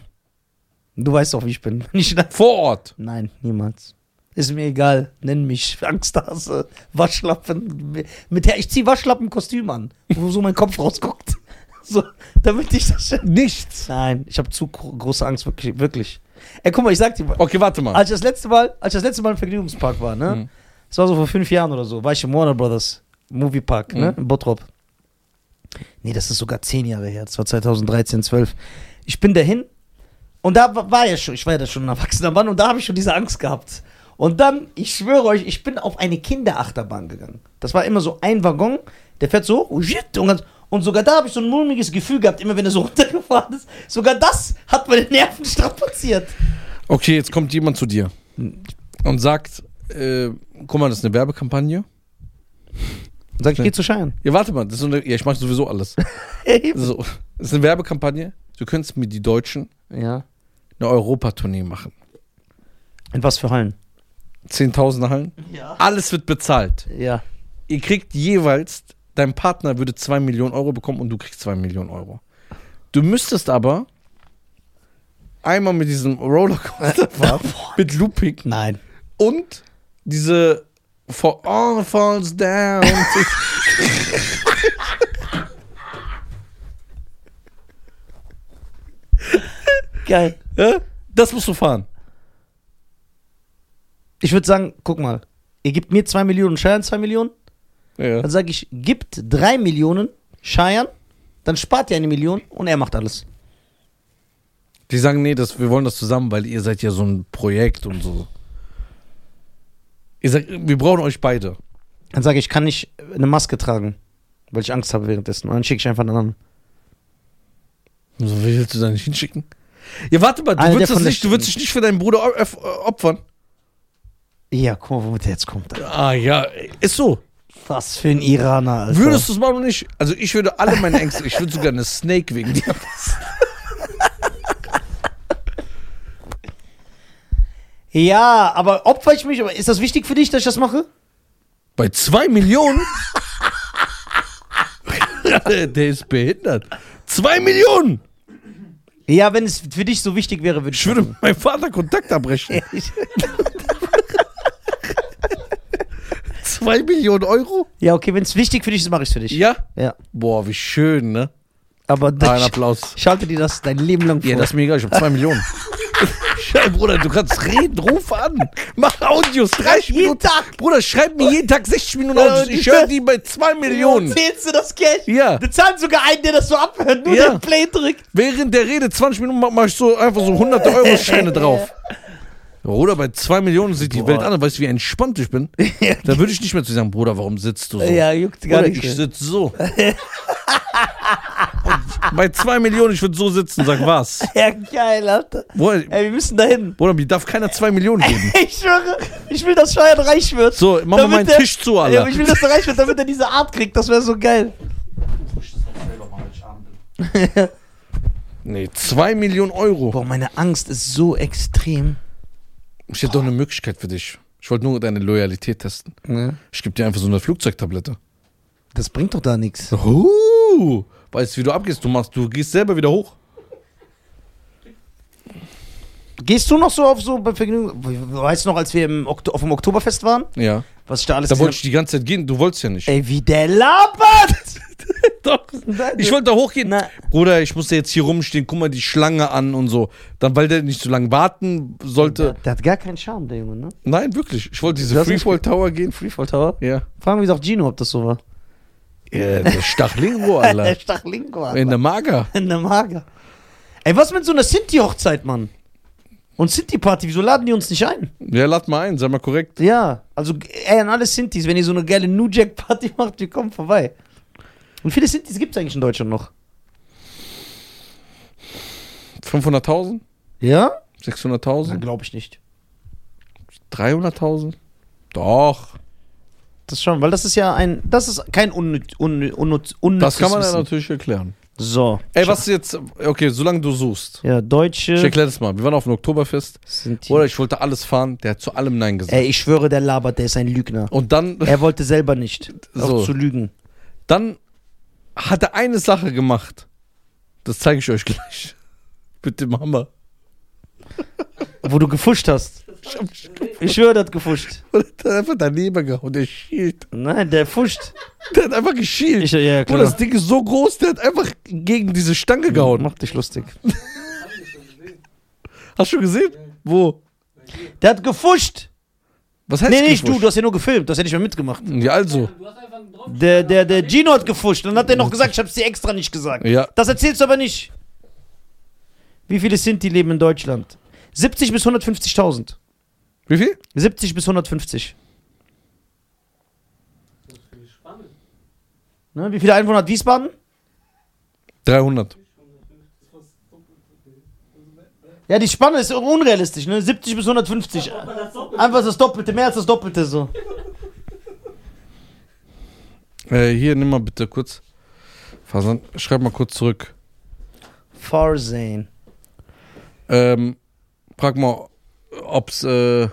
Speaker 1: Du weißt doch, wie ich bin. Nicht da-
Speaker 2: Vor Ort.
Speaker 1: Nein, niemals. Ist mir egal. Nenn mich Angsthase, Waschlappen. Mit der, ich zieh Waschlappenkostüm an, wo so mein Kopf rausguckt. So, damit ich das.
Speaker 2: Nichts.
Speaker 1: Nein, ich habe zu gro- große Angst, wirklich, wirklich. Ey, guck mal, ich sag dir mal.
Speaker 2: Okay, warte mal.
Speaker 1: Als ich das letzte Mal, als ich das letzte Mal im Vergnügungspark war, ne?
Speaker 2: Mhm.
Speaker 1: Das war so vor fünf Jahren oder so, war ich im Warner Brothers Movie Park, ne? In Bottrop. Nee, das ist sogar zehn Jahre her. Das war 2013, 12. Ich bin dahin und da wa- war ja schon, ich war ja da schon ein erwachsener Mann und da habe ich schon diese Angst gehabt. Und dann, ich schwöre euch, ich bin auf eine Kinderachterbahn gegangen. Das war immer so ein Waggon, der fährt so und ganz. Und sogar da habe ich so ein mulmiges Gefühl gehabt, immer wenn er so runtergefahren ist. Sogar das hat meine Nerven strapaziert.
Speaker 2: Okay, jetzt kommt jemand zu dir und sagt, äh, guck mal, das ist eine Werbekampagne.
Speaker 1: Sag ich, geh zu Schein.
Speaker 2: Ja, warte mal, das ist so eine, ja, ich mache sowieso alles. So, das ist eine Werbekampagne. Du könntest mit die Deutschen
Speaker 1: ja.
Speaker 2: eine Europatournee machen.
Speaker 1: In was für Hallen?
Speaker 2: Zehntausende Hallen.
Speaker 1: Ja.
Speaker 2: Alles wird bezahlt.
Speaker 1: Ja.
Speaker 2: Ihr kriegt jeweils, dein Partner würde 2 Millionen Euro bekommen und du kriegst 2 Millionen Euro. Du müsstest aber einmal mit diesem Rollercoaster fahren, mit Looping
Speaker 1: Nein.
Speaker 2: und diese For All Falls Down.
Speaker 1: Geil.
Speaker 2: Ja, das musst du fahren.
Speaker 1: Ich würde sagen, guck mal, ihr gebt mir 2 Millionen, Scheiern 2 Millionen. Dann
Speaker 2: Ja. Also
Speaker 1: sage ich, gibt 3 Millionen, Scheiern, dann spart ihr eine Million und er macht alles.
Speaker 2: Die sagen, nee, das, wir wollen das zusammen, weil ihr seid ja so ein Projekt und so. Ihr sagt, wir brauchen euch beide.
Speaker 1: Dann sage ich, ich kann nicht eine Maske tragen, weil ich Angst habe währenddessen. Und dann schicke ich einfach einen anderen.
Speaker 2: Und So willst du da nicht hinschicken? Ja, warte mal, du,
Speaker 1: Einer, der
Speaker 2: würdest,
Speaker 1: von
Speaker 2: das
Speaker 1: der
Speaker 2: nicht, du würdest dich nicht für deinen Bruder op- öff- äh, opfern.
Speaker 1: Ja, guck mal, womit er jetzt kommt.
Speaker 2: Ah ja, ist so.
Speaker 1: Was für ein Iraner, Alter.
Speaker 2: Würdest du es machen oder nicht? Also ich würde alle meine Ängste, ich würde sogar eine Snake wegen dir.
Speaker 1: ja, aber opfer ich mich? Aber Ist das wichtig für dich, dass ich das mache?
Speaker 2: Bei zwei Millionen? Der ist behindert. Zwei Millionen!
Speaker 1: Ja, wenn es für dich so wichtig wäre, würde ich.
Speaker 2: Ich würde mit meinem Vater Kontakt abbrechen. Zwei Millionen Euro?
Speaker 1: ja, okay, wenn es wichtig für dich ist, mache ich es für dich.
Speaker 2: Ja?
Speaker 1: Ja.
Speaker 2: Boah, wie schön, ne?
Speaker 1: Aber
Speaker 2: Da ein
Speaker 1: das,
Speaker 2: Applaus.
Speaker 1: ich halte dir das dein Leben lang vor.
Speaker 2: Ja, das ist mir egal, ich hab zwei Millionen. Scheiße, Bruder, du kannst reden, ruf an. Mach Audios, 30
Speaker 1: Jeden
Speaker 2: Minuten.
Speaker 1: Tag.
Speaker 2: Bruder, schreib mir jeden Tag 60 Minuten Audios. Ich höre die bei zwei Millionen.
Speaker 1: Zählst du das Geld?
Speaker 2: Ja.
Speaker 1: Du zahlst sogar einen, der das so abhört, nur
Speaker 2: Ja.
Speaker 1: den Play drückt.
Speaker 2: Während der Rede 20 Minuten mach, mach ich so einfach so 100 Euro Scheine drauf. Bruder, bei 2 Millionen sieht die Welt anders. Weißt du, wie entspannt ich bin? Da würde ich nicht mehr zu sagen, Bruder, warum sitzt du so?
Speaker 1: juckt
Speaker 2: Bruder, ich sitze so. Und bei 2 Millionen, ich würde so sitzen, sag was?
Speaker 1: Ja, geil, Alter.
Speaker 2: Bruder,
Speaker 1: Ey, wir müssen dahin.
Speaker 2: Bruder, mir darf keiner 2 Millionen geben.
Speaker 1: Ich schwöre, ich will, dass Scheiern reich wird.
Speaker 2: So, mach mal
Speaker 1: Damit
Speaker 2: meinen
Speaker 1: der-
Speaker 2: Tisch zu,
Speaker 1: Ja,
Speaker 2: Alter.
Speaker 1: aber ich will, dass er reich wird, damit er diese Art kriegt. Das wäre so geil.
Speaker 2: Nee, 2 Millionen Euro.
Speaker 1: Boah, meine Angst ist so extrem.
Speaker 2: Ich hätte doch eine Möglichkeit für dich. Ich wollte nur deine Loyalität testen.
Speaker 1: Ne?
Speaker 2: Ich gebe dir einfach so eine Flugzeugtablette.
Speaker 1: Das bringt doch da nichts.
Speaker 2: Uh, weißt du, wie du abgehst? Du machst, du gehst selber wieder hoch.
Speaker 1: Gehst du noch so auf so Vergnügen? Weißt du noch, als wir im Okto auf dem Oktoberfest waren?
Speaker 2: Ja.
Speaker 1: Was ich da alles
Speaker 2: Da wollte ich
Speaker 1: gesehen
Speaker 2: die ganze Zeit gehen, du wolltest ja nicht.
Speaker 1: hab? Ey, wie der labert!
Speaker 2: Doch. Ich wollte da hochgehen.
Speaker 1: Na.
Speaker 2: Bruder, ich musste jetzt hier rumstehen, guck mal die Schlange an und so. Dann, weil der nicht so lange warten
Speaker 1: der,
Speaker 2: sollte.
Speaker 1: der hat gar keinen Charme, der Junge, ne?
Speaker 2: Nein, wirklich. Ich wollte diese
Speaker 1: Das ist-
Speaker 2: Freefall Tower gehen.
Speaker 1: Freefall Tower.
Speaker 2: Ja.
Speaker 1: Fragen wir doch Gino, ob das so war.
Speaker 2: ja der Stachlingo,
Speaker 1: Der
Speaker 2: Alter.
Speaker 1: Stachlinko, Alter.
Speaker 2: In der Mager.
Speaker 1: In der Mager. Ey, was mit so einer Sinti-Hochzeit, Mann? Und Sinti-Party, wieso laden die uns nicht ein?
Speaker 2: Ja, lad mal ein, sei mal korrekt.
Speaker 1: Ja, also ey, an alle Sintis, wenn ihr so eine geile New Jack-Party macht, wir kommen vorbei. Wie viele Sintis gibt es eigentlich in Deutschland noch?
Speaker 2: 500.000?
Speaker 1: Ja?
Speaker 2: 600.000?
Speaker 1: Glaube ich nicht.
Speaker 2: 300.000? Doch.
Speaker 1: Das schon, weil das ist ja ein, das ist kein unnütz, unnütz, unnütz, unnützes
Speaker 2: Das kann man ja
Speaker 1: Wissen.
Speaker 2: natürlich erklären.
Speaker 1: So.
Speaker 2: Ey, was ist jetzt? Okay, solange du suchst.
Speaker 1: Ja,
Speaker 2: Ich
Speaker 1: Deutsche
Speaker 2: erkläre das mal. Wir waren auf dem Oktoberfest.
Speaker 1: Sinti.
Speaker 2: Oder ich wollte alles fahren. Der hat zu allem Nein gesagt.
Speaker 1: Ey, ich schwöre, der labert, der ist ein Lügner.
Speaker 2: Und dann,
Speaker 1: Er wollte selber nicht.
Speaker 2: So.
Speaker 1: Auch zu lügen.
Speaker 2: dann hat er eine Sache gemacht. Das zeige ich euch gleich. Mit dem Hammer.
Speaker 1: Wo du gefuscht hast.
Speaker 2: Ich hab mich
Speaker 1: Ich schwöre, der hat gefuscht.
Speaker 2: hat einfach daneben gehauen. Der schielt.
Speaker 1: Nein, der fuscht.
Speaker 2: Der hat einfach geschielt.
Speaker 1: Ich, ja,
Speaker 2: Bruder, das Ding ist so groß, der hat einfach gegen diese Stange gehauen.
Speaker 1: Mach dich lustig.
Speaker 2: Hast du gesehen? Wo?
Speaker 1: Der hat gefuscht.
Speaker 2: Was heißt
Speaker 1: Nee, nicht du,
Speaker 2: gefuscht?
Speaker 1: du hast ja nur gefilmt, das hätte ich mal mitgemacht.
Speaker 2: Ja, also.
Speaker 3: Du hast einfach einen drauf.
Speaker 1: Der, der, der Gino hat gefuscht und dann hat er noch gesagt, ich hab's dir extra nicht gesagt.
Speaker 2: Ja.
Speaker 1: Das erzählst du aber nicht. Wie viele Sinti leben in Deutschland? 70 bis 150.000.
Speaker 2: Wie viel?
Speaker 1: 70 bis 150.
Speaker 3: Das finde ich spannend.
Speaker 1: Ne? Wie viele Einwohner hat Wiesbaden?
Speaker 2: 300.
Speaker 1: Ja, die Spanne ist unrealistisch, ne? 70 bis 150.
Speaker 3: Aber das Doppel-
Speaker 1: Einfach das Doppelte, mehr als das Doppelte so.
Speaker 2: Äh, hier, nimm mal bitte kurz. Fasern, schreib mal kurz zurück.
Speaker 1: Farzane.
Speaker 2: Ähm, frag mal, ob's äh,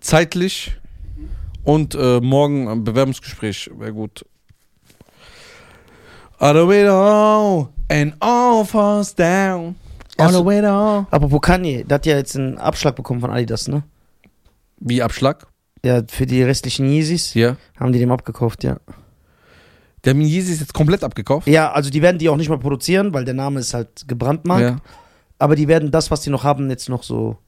Speaker 2: zeitlich und äh, morgen ein Bewerbungsgespräch wäre gut. All the way down and all falls down. All the
Speaker 1: Also-
Speaker 2: way down.
Speaker 1: Apropos Kanye, der hat ja jetzt einen Abschlag bekommen von Adidas, ne?
Speaker 2: Wie Abschlag?
Speaker 1: Ja, für die restlichen Yeezys
Speaker 2: Ja.
Speaker 1: haben die dem abgekauft, ja.
Speaker 2: Der hat mir Yeezys jetzt komplett abgekauft.
Speaker 1: Ja, also die werden die auch nicht mal produzieren, weil der Name ist halt gebrandmarkt.
Speaker 2: Ja.
Speaker 1: Aber die werden das, was die noch haben, jetzt noch so.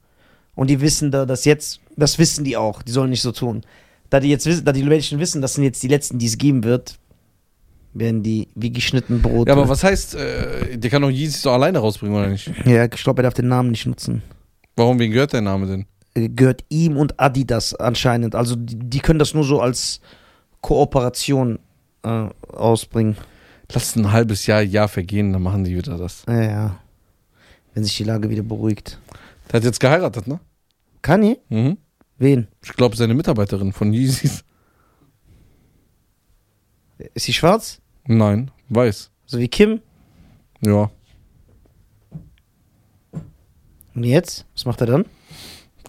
Speaker 1: Und die wissen da, dass jetzt, das wissen die auch, die sollen nicht so tun. Da die jetzt wissen, da die Menschen wissen, das sind jetzt die letzten, die es geben wird, werden die wie geschnitten Brot.
Speaker 2: ja, aber was heißt, äh, der kann doch Yeezys auch alleine rausbringen, oder nicht?
Speaker 1: Ja, ich glaube, er darf den Namen nicht nutzen.
Speaker 2: Warum, wem gehört der Name denn?
Speaker 1: Äh, Gehört ihm und Adidas anscheinend. Also die, die können das nur so als Kooperation äh, ausbringen.
Speaker 2: Lass ein halbes Jahr, Jahr vergehen, dann machen die wieder das.
Speaker 1: Ja, ja. Wenn sich die Lage wieder beruhigt.
Speaker 2: Der hat jetzt geheiratet, ne?
Speaker 1: Kanye?
Speaker 2: Mhm.
Speaker 1: Wen?
Speaker 2: Ich glaube, seine Mitarbeiterin von Yeezys.
Speaker 1: Ist sie schwarz?
Speaker 2: Nein, weiß.
Speaker 1: So wie Kim?
Speaker 2: Ja,
Speaker 1: Und jetzt? Was macht er dann?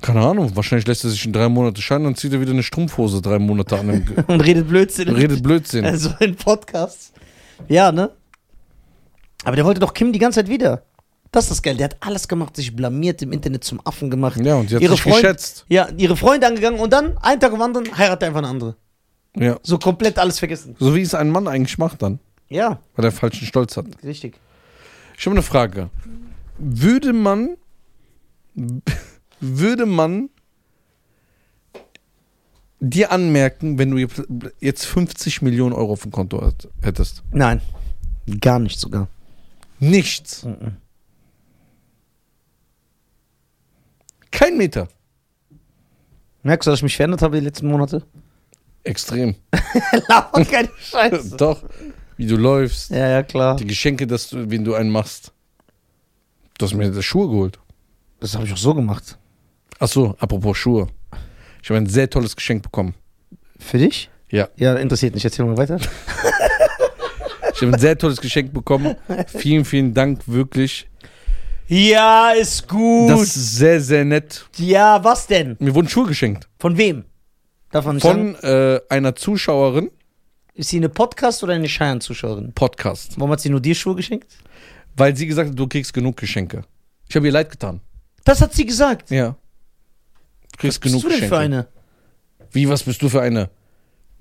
Speaker 2: keine Ahnung. Wahrscheinlich lässt er sich in drei Monate scheiden und zieht er wieder eine Strumpfhose drei Monate an. und ge-
Speaker 1: Und redet Blödsinn.
Speaker 2: Redet Blödsinn.
Speaker 1: Also in Podcasts. Ja, ne? Aber der wollte doch Kim die ganze Zeit wieder. Das ist geil. Der hat alles gemacht, sich blamiert, im Internet zum Affen gemacht.
Speaker 2: Ja, und sie hat
Speaker 1: ihre
Speaker 2: sich
Speaker 1: Freund-
Speaker 2: geschätzt.
Speaker 1: Ja, ihre Freunde angegangen und dann, einen Tag am anderen, heiratet er einfach eine andere.
Speaker 2: Ja.
Speaker 1: So komplett alles vergessen.
Speaker 2: So wie es ein Mann eigentlich macht dann,
Speaker 1: Ja,
Speaker 2: weil er falschen Stolz hat.
Speaker 1: richtig.
Speaker 2: Ich habe eine Frage. Würde man, würde man dir anmerken, wenn du jetzt 50 Millionen Euro auf dem Konto hat- hättest?
Speaker 1: Nein, gar nicht sogar.
Speaker 2: Nichts.
Speaker 1: Mhm.
Speaker 2: Kein Meter.
Speaker 1: Merkst du, dass ich mich verändert habe die letzten Monate?
Speaker 2: Extrem.
Speaker 1: Laber keine Scheiße.
Speaker 2: Doch. Wie du läufst,
Speaker 1: Ja, ja, klar.
Speaker 2: die Geschenke, dass du, wen du einen machst. Du hast mir das Schuhe geholt.
Speaker 1: Das habe ich auch so gemacht.
Speaker 2: Ach so, apropos Schuhe. Ich habe ein sehr tolles Geschenk bekommen.
Speaker 1: Für dich?
Speaker 2: Ja.
Speaker 1: Ja, interessiert nicht. Erzähl mal weiter.
Speaker 2: Ich habe ein sehr tolles Geschenk bekommen. Vielen, vielen Dank, wirklich.
Speaker 1: Ja, ist gut.
Speaker 2: Das ist sehr, sehr nett.
Speaker 1: ja, was denn?
Speaker 2: Mir wurden Schuhe geschenkt.
Speaker 1: Von wem? Darf man nicht sagen?
Speaker 2: von äh, einer Zuschauerin
Speaker 1: Ist sie eine Podcast- oder eine Scheiern-Zuschauerin?
Speaker 2: Podcast,
Speaker 1: Warum hat sie nur dir Schuhe geschenkt?
Speaker 2: weil sie gesagt hat, du kriegst genug Geschenke. Ich habe ihr leid getan.
Speaker 1: Das hat sie gesagt.
Speaker 2: Ja. Du
Speaker 1: Bist
Speaker 2: kriegst genug
Speaker 1: du denn
Speaker 2: Geschenke.
Speaker 1: für eine?
Speaker 2: Wie, was bist du für eine?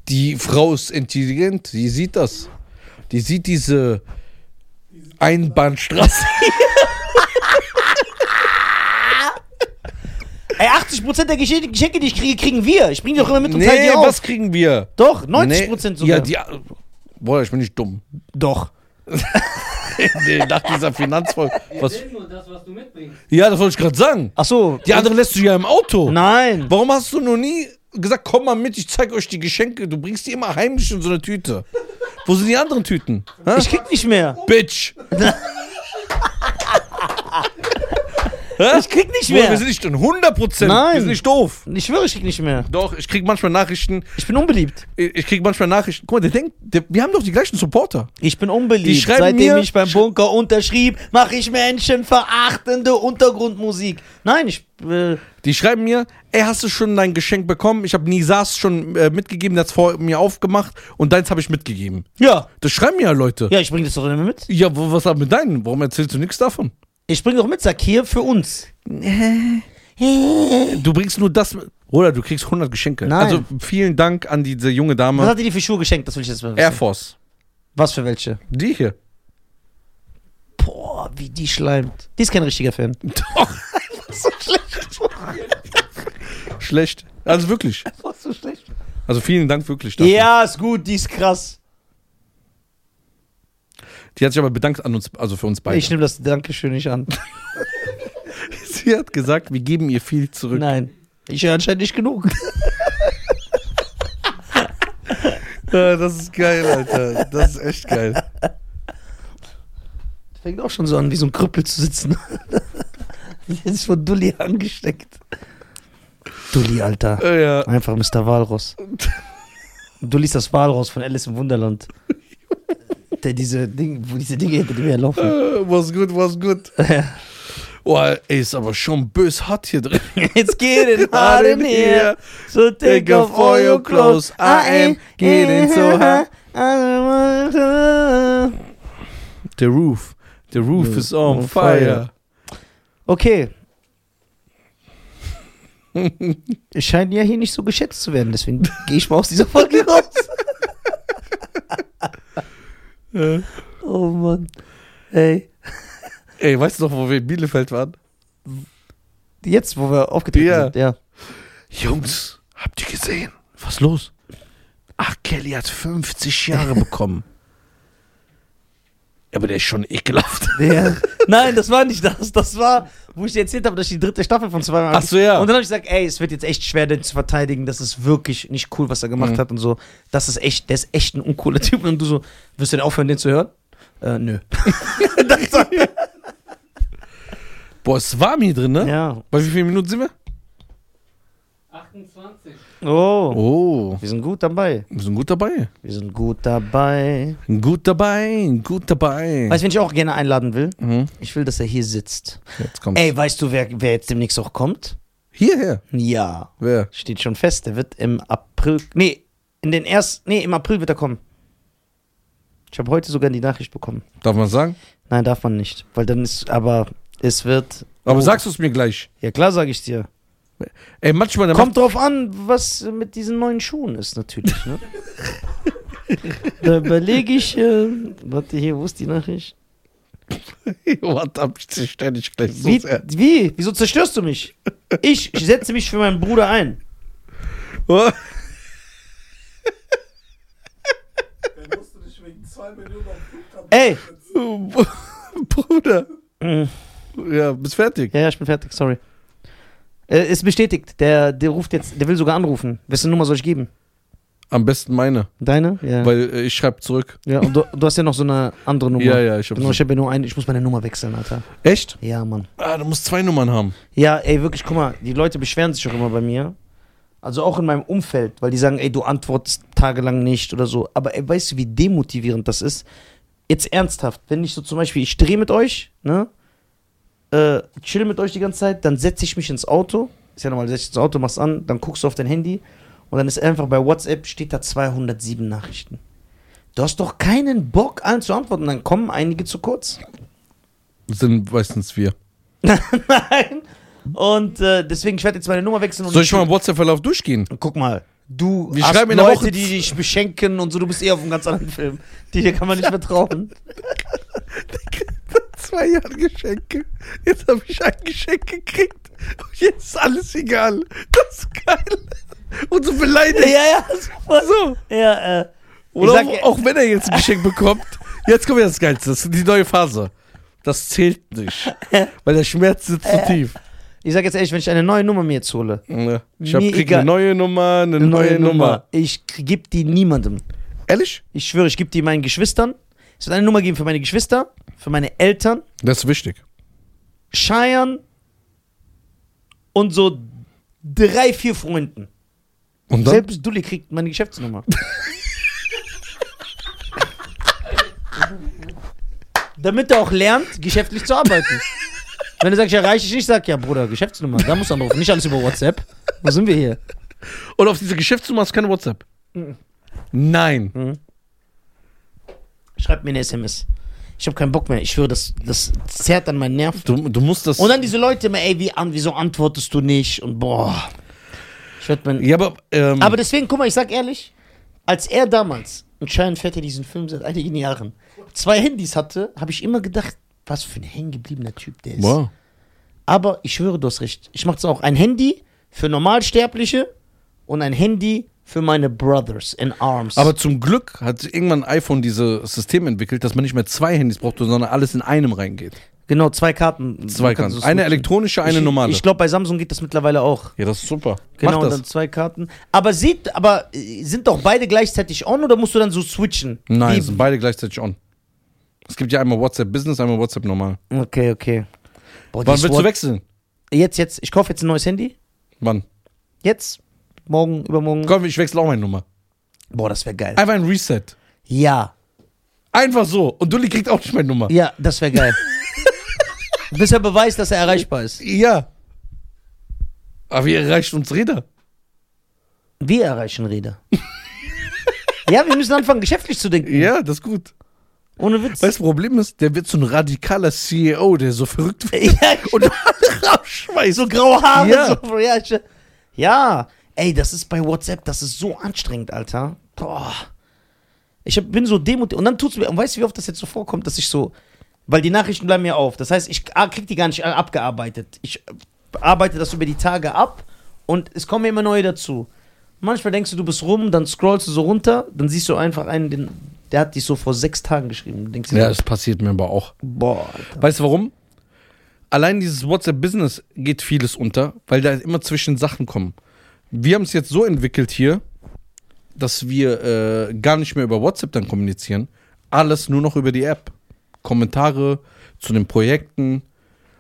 Speaker 2: Die Frau ist intelligent, die sieht das. Die sieht diese Einbahnstraße.
Speaker 1: Ey, 80% der Geschenke, Geschenke, die ich kriege, kriegen wir. Ich bringe die doch immer mit und teile die auf.
Speaker 2: was kriegen wir?
Speaker 1: Doch, 90%
Speaker 2: Nee,
Speaker 1: sogar.
Speaker 2: Ja, die, boah, ich bin nicht dumm.
Speaker 1: Doch.
Speaker 2: nee, nach dieser Finanzfolge. Was,
Speaker 3: Nimm nur das, was du mitbringst.
Speaker 2: ja, das wollte ich gerade sagen.
Speaker 1: Ach so.
Speaker 2: Die andere lässt du ja im Auto.
Speaker 1: Nein.
Speaker 2: Warum hast du noch nie gesagt, komm mal mit, ich zeig euch die Geschenke. Du bringst die immer heimlich in so eine Tüte. Wo sind die anderen Tüten? Hä?
Speaker 1: Ich krieg nicht mehr.
Speaker 2: Bitch.
Speaker 1: Ich krieg nicht
Speaker 2: Bruder,
Speaker 1: mehr.
Speaker 2: wir sind nicht dumm. 100 Prozent.
Speaker 1: Nein.
Speaker 2: Wir sind nicht doof.
Speaker 1: Ich schwöre, ich krieg nicht mehr.
Speaker 2: Doch, ich krieg manchmal Nachrichten.
Speaker 1: Ich bin unbeliebt.
Speaker 2: Ich ich krieg manchmal Nachrichten. Guck mal, der denkt, der, wir haben doch die gleichen Supporter.
Speaker 1: Ich bin unbeliebt.
Speaker 2: Die schreiben
Speaker 1: Seitdem
Speaker 2: mir-
Speaker 1: ich beim Bunker unterschrieb, mache ich menschenverachtende Untergrundmusik. Nein, ich. Äh,
Speaker 2: Die schreiben mir, ey, hast du schon dein Geschenk bekommen? Ich habe Nisas schon äh, mitgegeben, das vor mir aufgemacht und deins habe ich mitgegeben.
Speaker 1: ja.
Speaker 2: Das schreiben mir ja Leute. Ja,
Speaker 1: Ja, ich bringe das doch immer mit.
Speaker 2: wo, was hat mit deinen? Warum erzählst du nichts davon?
Speaker 1: Ich bringe doch mit, sag hier für uns.
Speaker 2: Du bringst nur das mit. Oder du kriegst 100 Geschenke.
Speaker 1: Nein.
Speaker 2: Also vielen Dank an diese junge
Speaker 1: Was
Speaker 2: Dame.
Speaker 1: hat ihr die für Schuhe geschenkt? Das will ich jetzt mal wissen.
Speaker 2: Air Force.
Speaker 1: Was für welche?
Speaker 2: Die hier.
Speaker 1: Boah, wie die schleimt. Die ist kein richtiger Fan.
Speaker 2: Doch.
Speaker 1: so schlecht.
Speaker 2: Schlecht. Also wirklich.
Speaker 1: Was so schlecht.
Speaker 2: Also vielen Dank wirklich dafür.
Speaker 1: Ja, ist gut, die ist krass.
Speaker 2: Die hat sich aber bedankt an uns, also für uns beide.
Speaker 1: Ich nehme das Dankeschön nicht an.
Speaker 2: Sie hat gesagt, wir geben ihr viel zurück.
Speaker 1: Nein. Ich höre anscheinend nicht genug.
Speaker 2: Ja, das ist geil, Alter. Das ist echt geil.
Speaker 1: Fängt auch schon so an, wie so ein Krüppel zu sitzen. Der ist von Dulli angesteckt. Dulli, Alter.
Speaker 2: Äh, ja.
Speaker 1: Einfach Mr. Walross. Du liest das Walross von Alice im Wunderland. Der diese, Ding, wo diese Dinge hinter dir herlaufen.
Speaker 2: Äh, was gut, was gut. Oh, ey, ist aber schon bös hart hier drin.
Speaker 1: It's getting hot in here. So take off all your clothes. Ah, eh, I am getting so hot. I don't want to-
Speaker 2: The roof. The roof
Speaker 1: The-
Speaker 2: is on
Speaker 1: on
Speaker 2: fire.
Speaker 1: fire. Okay. Es scheint ja hier nicht so geschätzt zu werden, deswegen gehe ich mal aus dieser Folge raus.
Speaker 2: Äh.
Speaker 1: Oh Mann. Ey.
Speaker 2: Ey, weißt du noch, wo wir in Bielefeld waren?
Speaker 1: Jetzt, wo wir aufgetreten
Speaker 2: Ja.
Speaker 1: sind, ja.
Speaker 2: Jungs, habt ihr gesehen? Was los? Ach, Kelly hat 50 Jahre bekommen. Aber der ist schon ekelhaft.
Speaker 1: Ja. Nein, das war nicht das. Das war, wo ich dir erzählt habe, dass ich die dritte Staffel von zweimal.
Speaker 2: Ach so, ja.
Speaker 1: Und dann habe ich gesagt, ey, es wird jetzt echt schwer, den zu verteidigen. Das ist wirklich nicht cool, was er gemacht
Speaker 2: Mhm.
Speaker 1: hat und so. Das ist echt, der ist echt ein uncooler Typ. Und du so, wirst du denn aufhören, den zu hören? Äh, nö.
Speaker 2: Boah, es ist warm hier drin, ne?
Speaker 1: Ja.
Speaker 2: Bei wie vielen Minuten sind wir?
Speaker 3: 28.
Speaker 1: Oh.
Speaker 2: Oh,
Speaker 1: Wir sind gut dabei.
Speaker 2: wir sind gut dabei.
Speaker 1: Wir sind gut dabei.
Speaker 2: Gut dabei, gut dabei.
Speaker 1: Weißt du, wen ich auch gerne einladen will?
Speaker 2: Mhm,
Speaker 1: Ich will, dass er hier sitzt.
Speaker 2: jetzt kommt.
Speaker 1: Ey, weißt du, wer, wer jetzt demnächst auch kommt?
Speaker 2: Hierher.
Speaker 1: Ja.
Speaker 2: Wer?
Speaker 1: Steht schon fest, der wird im April. Nee, in den ersten. Nee, im April wird er kommen. Ich habe heute sogar die Nachricht bekommen.
Speaker 2: Darf man sagen?
Speaker 1: Nein, darf man nicht. Weil dann ist. Aber es wird.
Speaker 2: Aber
Speaker 1: Oh.
Speaker 2: sagst du es mir gleich.
Speaker 1: Ja, klar, sage ich dir.
Speaker 2: Ey, manchmal, der
Speaker 1: Kommt drauf an, was mit diesen neuen Schuhen ist, natürlich. Ne? da überlege ich. Äh, warte, hier, wo ist die Nachricht?
Speaker 2: macht, warte ab, ich zerstöre dich gleich so äh,
Speaker 1: Wie,
Speaker 2: sehr.
Speaker 1: wie? Wieso zerstörst du mich? Ich setze mich für meinen Bruder ein.
Speaker 4: Dann musst du dich wegen 2 Millionen auf Flugtabellen
Speaker 1: Ey!
Speaker 2: Oh, Bruder.
Speaker 1: Mm.
Speaker 2: Ja, bist fertig.
Speaker 1: Ja, ja, ich bin fertig, sorry. Äh, ist bestätigt. Der, der ruft jetzt, der will sogar anrufen. Wessen Nummer soll ich geben?
Speaker 2: Am besten meine,
Speaker 1: Deine? Ja.
Speaker 2: weil äh, ich schreibe zurück.
Speaker 1: ja und du, du hast ja noch so eine andere Nummer.
Speaker 2: Ja, ja, ich hab
Speaker 1: Genau,
Speaker 2: so-
Speaker 1: ich habe ja nur eine, ich muss meine Nummer wechseln, Alter.
Speaker 2: Echt?
Speaker 1: Ja, Mann.
Speaker 2: Ah, du musst zwei Nummern haben.
Speaker 1: Ja, ey, wirklich, guck mal, die Leute beschweren sich auch immer bei mir. Also auch in meinem Umfeld, weil die sagen, ey, du antwortest tagelang nicht oder so. Aber ey, weißt du, wie demotivierend das ist? Jetzt ernsthaft, wenn ich so zum Beispiel, ich drehe mit euch, ne? Äh, chill mit euch die ganze Zeit, dann setze ich mich ins Auto. Ist ja normal, du setzt dich ins Auto, machst an, dann guckst du auf dein Handy Und dann ist einfach bei WhatsApp steht da 207 Nachrichten. Du hast doch keinen Bock, allen zu antworten. Dann kommen einige zu kurz.
Speaker 2: Das sind meistens wir.
Speaker 1: Nein. Und äh, deswegen, ich werde jetzt meine Nummer wechseln. Und
Speaker 2: Soll ich mal WhatsApp-Verlauf durchgehen?
Speaker 1: Guck mal. Du
Speaker 2: Wir
Speaker 1: hast
Speaker 2: schreiben in der
Speaker 1: Leute,
Speaker 2: Woche-
Speaker 1: die dich beschenken und so. Du bist eher auf einem ganz anderen Film. Die dir kann man nicht vertrauen.
Speaker 2: Zwei Jahre Geschenke. Jetzt habe ich ein Geschenk gekriegt. Jetzt ist alles egal. Das ist geil. Und so beleidigt.
Speaker 1: ja, super.
Speaker 2: So.
Speaker 1: Ja, äh, ich
Speaker 2: Oder
Speaker 1: sag-
Speaker 2: auch, auch wenn er jetzt ein Geschenk bekommt, jetzt kommt ja das Geilste, das ist die neue Phase. Das zählt nicht, weil der Schmerz sitzt zu tief.
Speaker 1: Ich sag jetzt ehrlich, wenn ich eine neue Nummer mir jetzt hole,
Speaker 2: Ne. Ich hab,
Speaker 1: Mir
Speaker 2: krieg
Speaker 1: egal.
Speaker 2: eine neue Nummer, eine,
Speaker 1: eine
Speaker 2: neue, Nummer.
Speaker 1: ich k- geb die niemandem.
Speaker 2: Ehrlich?
Speaker 1: Ich schwöre, ich geb die meinen Geschwistern. Es wird eine Nummer geben für meine Geschwister, für meine Eltern,
Speaker 2: Das ist wichtig.
Speaker 1: Scheiern und so drei, vier Freunden.
Speaker 2: Und dann,
Speaker 1: Selbst Dulli kriegt meine Geschäftsnummer. Damit er auch lernt, geschäftlich zu arbeiten. Wenn er sagt, ich erreiche dich nicht, sag ja, Bruder, Geschäftsnummer, da muss anrufen, nicht alles über WhatsApp. Wo sind wir hier?
Speaker 2: und auf diese Geschäftsnummer ist keine WhatsApp.
Speaker 1: Mhm.
Speaker 2: Nein.
Speaker 1: Schreib mir eine SMS. Ich habe keinen Bock mehr. Ich schwöre, das, das zerrt an meinen Nerven.
Speaker 2: Du, du musst das.
Speaker 1: Und dann diese Leute immer, ey, wie an, wieso antwortest du nicht? Und boah. Ich werd mein.
Speaker 2: ja, aber, ähm,
Speaker 1: Aber deswegen, guck mal, ich sag ehrlich, als er damals, und Schein fährt ja diesen Film seit einigen Jahren, zwei Handys hatte, habe ich immer gedacht, was für ein hängengebliebener Typ der ist.
Speaker 2: Wow.
Speaker 1: Aber ich schwöre, du hast recht. Ich mach's auch. Ein Handy für Normalsterbliche und ein Handy für meine Brothers in Arms.
Speaker 2: Aber zum Glück hat irgendwann iPhone dieses System entwickelt, dass man nicht mehr zwei Handys braucht, sondern alles in einem reingeht.
Speaker 1: genau, zwei Karten.
Speaker 2: Zwei
Speaker 1: Kannst
Speaker 2: Kanten.
Speaker 1: du's
Speaker 2: Eine
Speaker 1: nutzen.
Speaker 2: elektronische, eine
Speaker 1: ich,
Speaker 2: normale.
Speaker 1: Ich glaube, bei Samsung geht das mittlerweile auch.
Speaker 2: ja, das ist super.
Speaker 1: Genau,
Speaker 2: Mach
Speaker 1: und
Speaker 2: das.
Speaker 1: dann zwei Karten. Aber sieht, aber äh, sind doch beide gleichzeitig on oder musst du dann so switchen?
Speaker 2: Nein,
Speaker 1: Wie-
Speaker 2: sind beide gleichzeitig on. Es gibt ja einmal WhatsApp Business, einmal WhatsApp normal.
Speaker 1: Okay, okay. Boah,
Speaker 2: Wann
Speaker 1: dieses
Speaker 2: willst
Speaker 1: Wort-
Speaker 2: du wechseln?
Speaker 1: Jetzt, jetzt. Ich kaufe jetzt ein neues Handy.
Speaker 2: Wann?
Speaker 1: Jetzt. Morgen, übermorgen.
Speaker 2: Komm, ich wechsle auch meine Nummer.
Speaker 1: Boah, das wäre geil.
Speaker 2: Einfach ein Reset.
Speaker 1: Ja.
Speaker 2: Einfach so. Und Dulli kriegt auch nicht meine Nummer.
Speaker 1: Ja, das wäre geil. Bis er beweist, dass er erreichbar ist.
Speaker 2: Ja. Aber ihr erreicht uns Räder.
Speaker 1: Wir erreichen Räder. ja, wir müssen anfangen, geschäftlich zu denken.
Speaker 2: Ja, das ist gut.
Speaker 1: Ohne Witz.
Speaker 2: Weißt du, das Problem ist, der wird so ein radikaler CEO, der so verrückt wird
Speaker 1: Ja,
Speaker 2: und alle rausschmeißt.
Speaker 1: so graue Haare.
Speaker 2: Ja.
Speaker 1: So, ja, ich, ja, ey, das ist bei WhatsApp, das ist so anstrengend, Alter. Boah. Ich hab, bin so demutig. Und dann tut's mir, und weißt du, wie oft das jetzt so vorkommt, dass ich so, weil die Nachrichten bleiben mir auf. Das heißt, ich ah, krieg die gar nicht alle abgearbeitet. Ich äh, arbeite das über die Tage ab und es kommen mir immer neue dazu. Manchmal denkst du, du bist rum, dann scrollst du so runter, dann siehst du einfach einen, den, der hat dich so vor sechs Tagen geschrieben. Du denkst dir
Speaker 2: Ja,
Speaker 1: so,
Speaker 2: das passiert mir aber auch.
Speaker 1: boah, Alter.
Speaker 2: Weißt du warum? Allein dieses WhatsApp-Business geht vieles unter, weil da immer zwischen Sachen kommen. Wir haben es jetzt so entwickelt hier, dass wir äh, gar nicht mehr über WhatsApp dann kommunizieren, alles nur noch über die App. Kommentare zu den Projekten,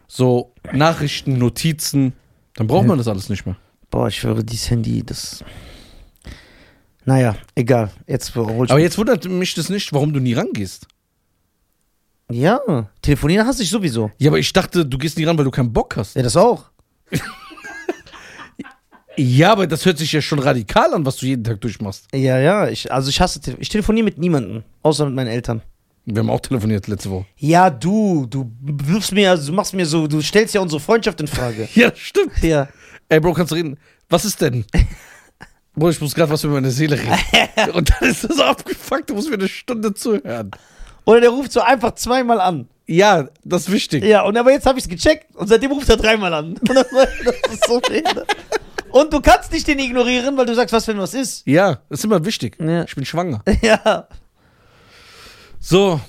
Speaker 2: so Nachrichten, Notizen. Dann braucht man das alles nicht mehr.
Speaker 1: Boah, ich höre dieses Handy, das. Naja, egal. Jetzt hol ich
Speaker 2: Aber jetzt wundert mich das nicht, warum du nie rangehst.
Speaker 1: Ja, telefonieren hasse ich sowieso.
Speaker 2: Ja, aber ich dachte, du gehst nie ran, weil du keinen Bock hast.
Speaker 1: Ja, das auch.
Speaker 2: Ja, aber das hört sich ja schon radikal an, was du jeden Tag durchmachst.
Speaker 1: Ja, ja, ich, also ich hasse Tele Ich telefoniere mit niemandem, außer mit meinen Eltern.
Speaker 2: Wir haben auch telefoniert letzte Woche.
Speaker 1: Ja, du, du wirfst mir, also du machst mir so, du stellst ja unsere Freundschaft in Frage.
Speaker 2: Ja, stimmt.
Speaker 1: ja.
Speaker 2: Ey, Bro, kannst du reden? Was ist denn? Bro, ich muss gerade was über meine Seele reden. Und dann ist das abgefuckt, du musst mir eine Stunde zuhören.
Speaker 1: Oder der ruft so einfach zweimal an.
Speaker 2: Ja, das ist wichtig.
Speaker 1: Ja, und aber jetzt habe ich es gecheckt und seitdem ruft er dreimal an. Und das, das ist so behindert. Und du kannst nicht den ignorieren, weil du sagst, was, wenn was ist.
Speaker 2: Ja, das ist immer wichtig.
Speaker 1: Ja.
Speaker 2: Ich bin schwanger.
Speaker 1: Ja.
Speaker 2: So,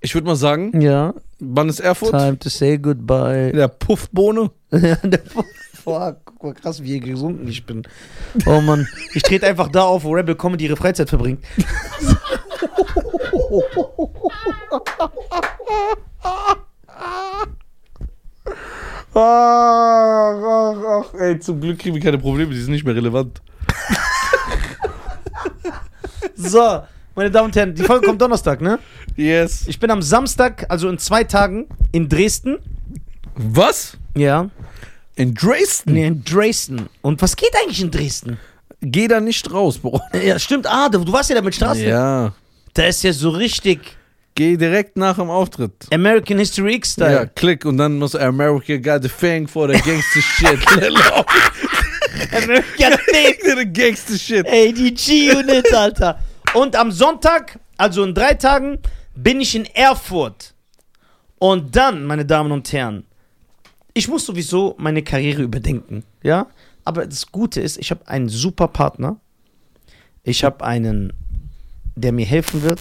Speaker 2: ich würde mal sagen,
Speaker 1: Ja.
Speaker 2: wann ist Erfurt?
Speaker 1: to say goodbye.
Speaker 2: In der Puffbohne.
Speaker 1: Ja, der Fu- Boah, guck mal, krass, wie gesunken ich bin. Oh Mann, ich trete einfach da auf, wo Rebel Comedy ihre Freizeit verbringt.
Speaker 2: Ach, ach, ach. ah, Ey, zum Glück kriegen wir keine Probleme, die sind nicht mehr relevant.
Speaker 1: So, meine Damen und Herren, die Folge kommt Donnerstag, ne?
Speaker 2: Yes.
Speaker 1: Ich bin am Samstag, also in zwei Tagen, in Dresden.
Speaker 2: Was?
Speaker 1: Ja.
Speaker 2: In Dresden?
Speaker 1: Nee, in Dresden. Und was geht eigentlich in Dresden?
Speaker 2: geh da nicht raus, Bro.
Speaker 1: Ja, stimmt. Ah, du, du warst ja da mit Straßen.
Speaker 2: Ja.
Speaker 1: Da ist ja so richtig
Speaker 2: Geh direkt nach dem Auftritt.
Speaker 1: American History
Speaker 2: Ja,
Speaker 1: X-Style.
Speaker 2: klick und dann muss America got the thing for the gangster shit.
Speaker 1: American Thing.
Speaker 2: the gangster shit.
Speaker 1: Ey, die G-Unit, Alter. Und am Sonntag, also in drei Tagen, bin ich in Erfurt. Und dann, meine Damen und Herren, ich muss sowieso meine Karriere überdenken, ja? Aber das Gute ist, ich habe einen super Partner. Ich habe einen, der mir helfen wird,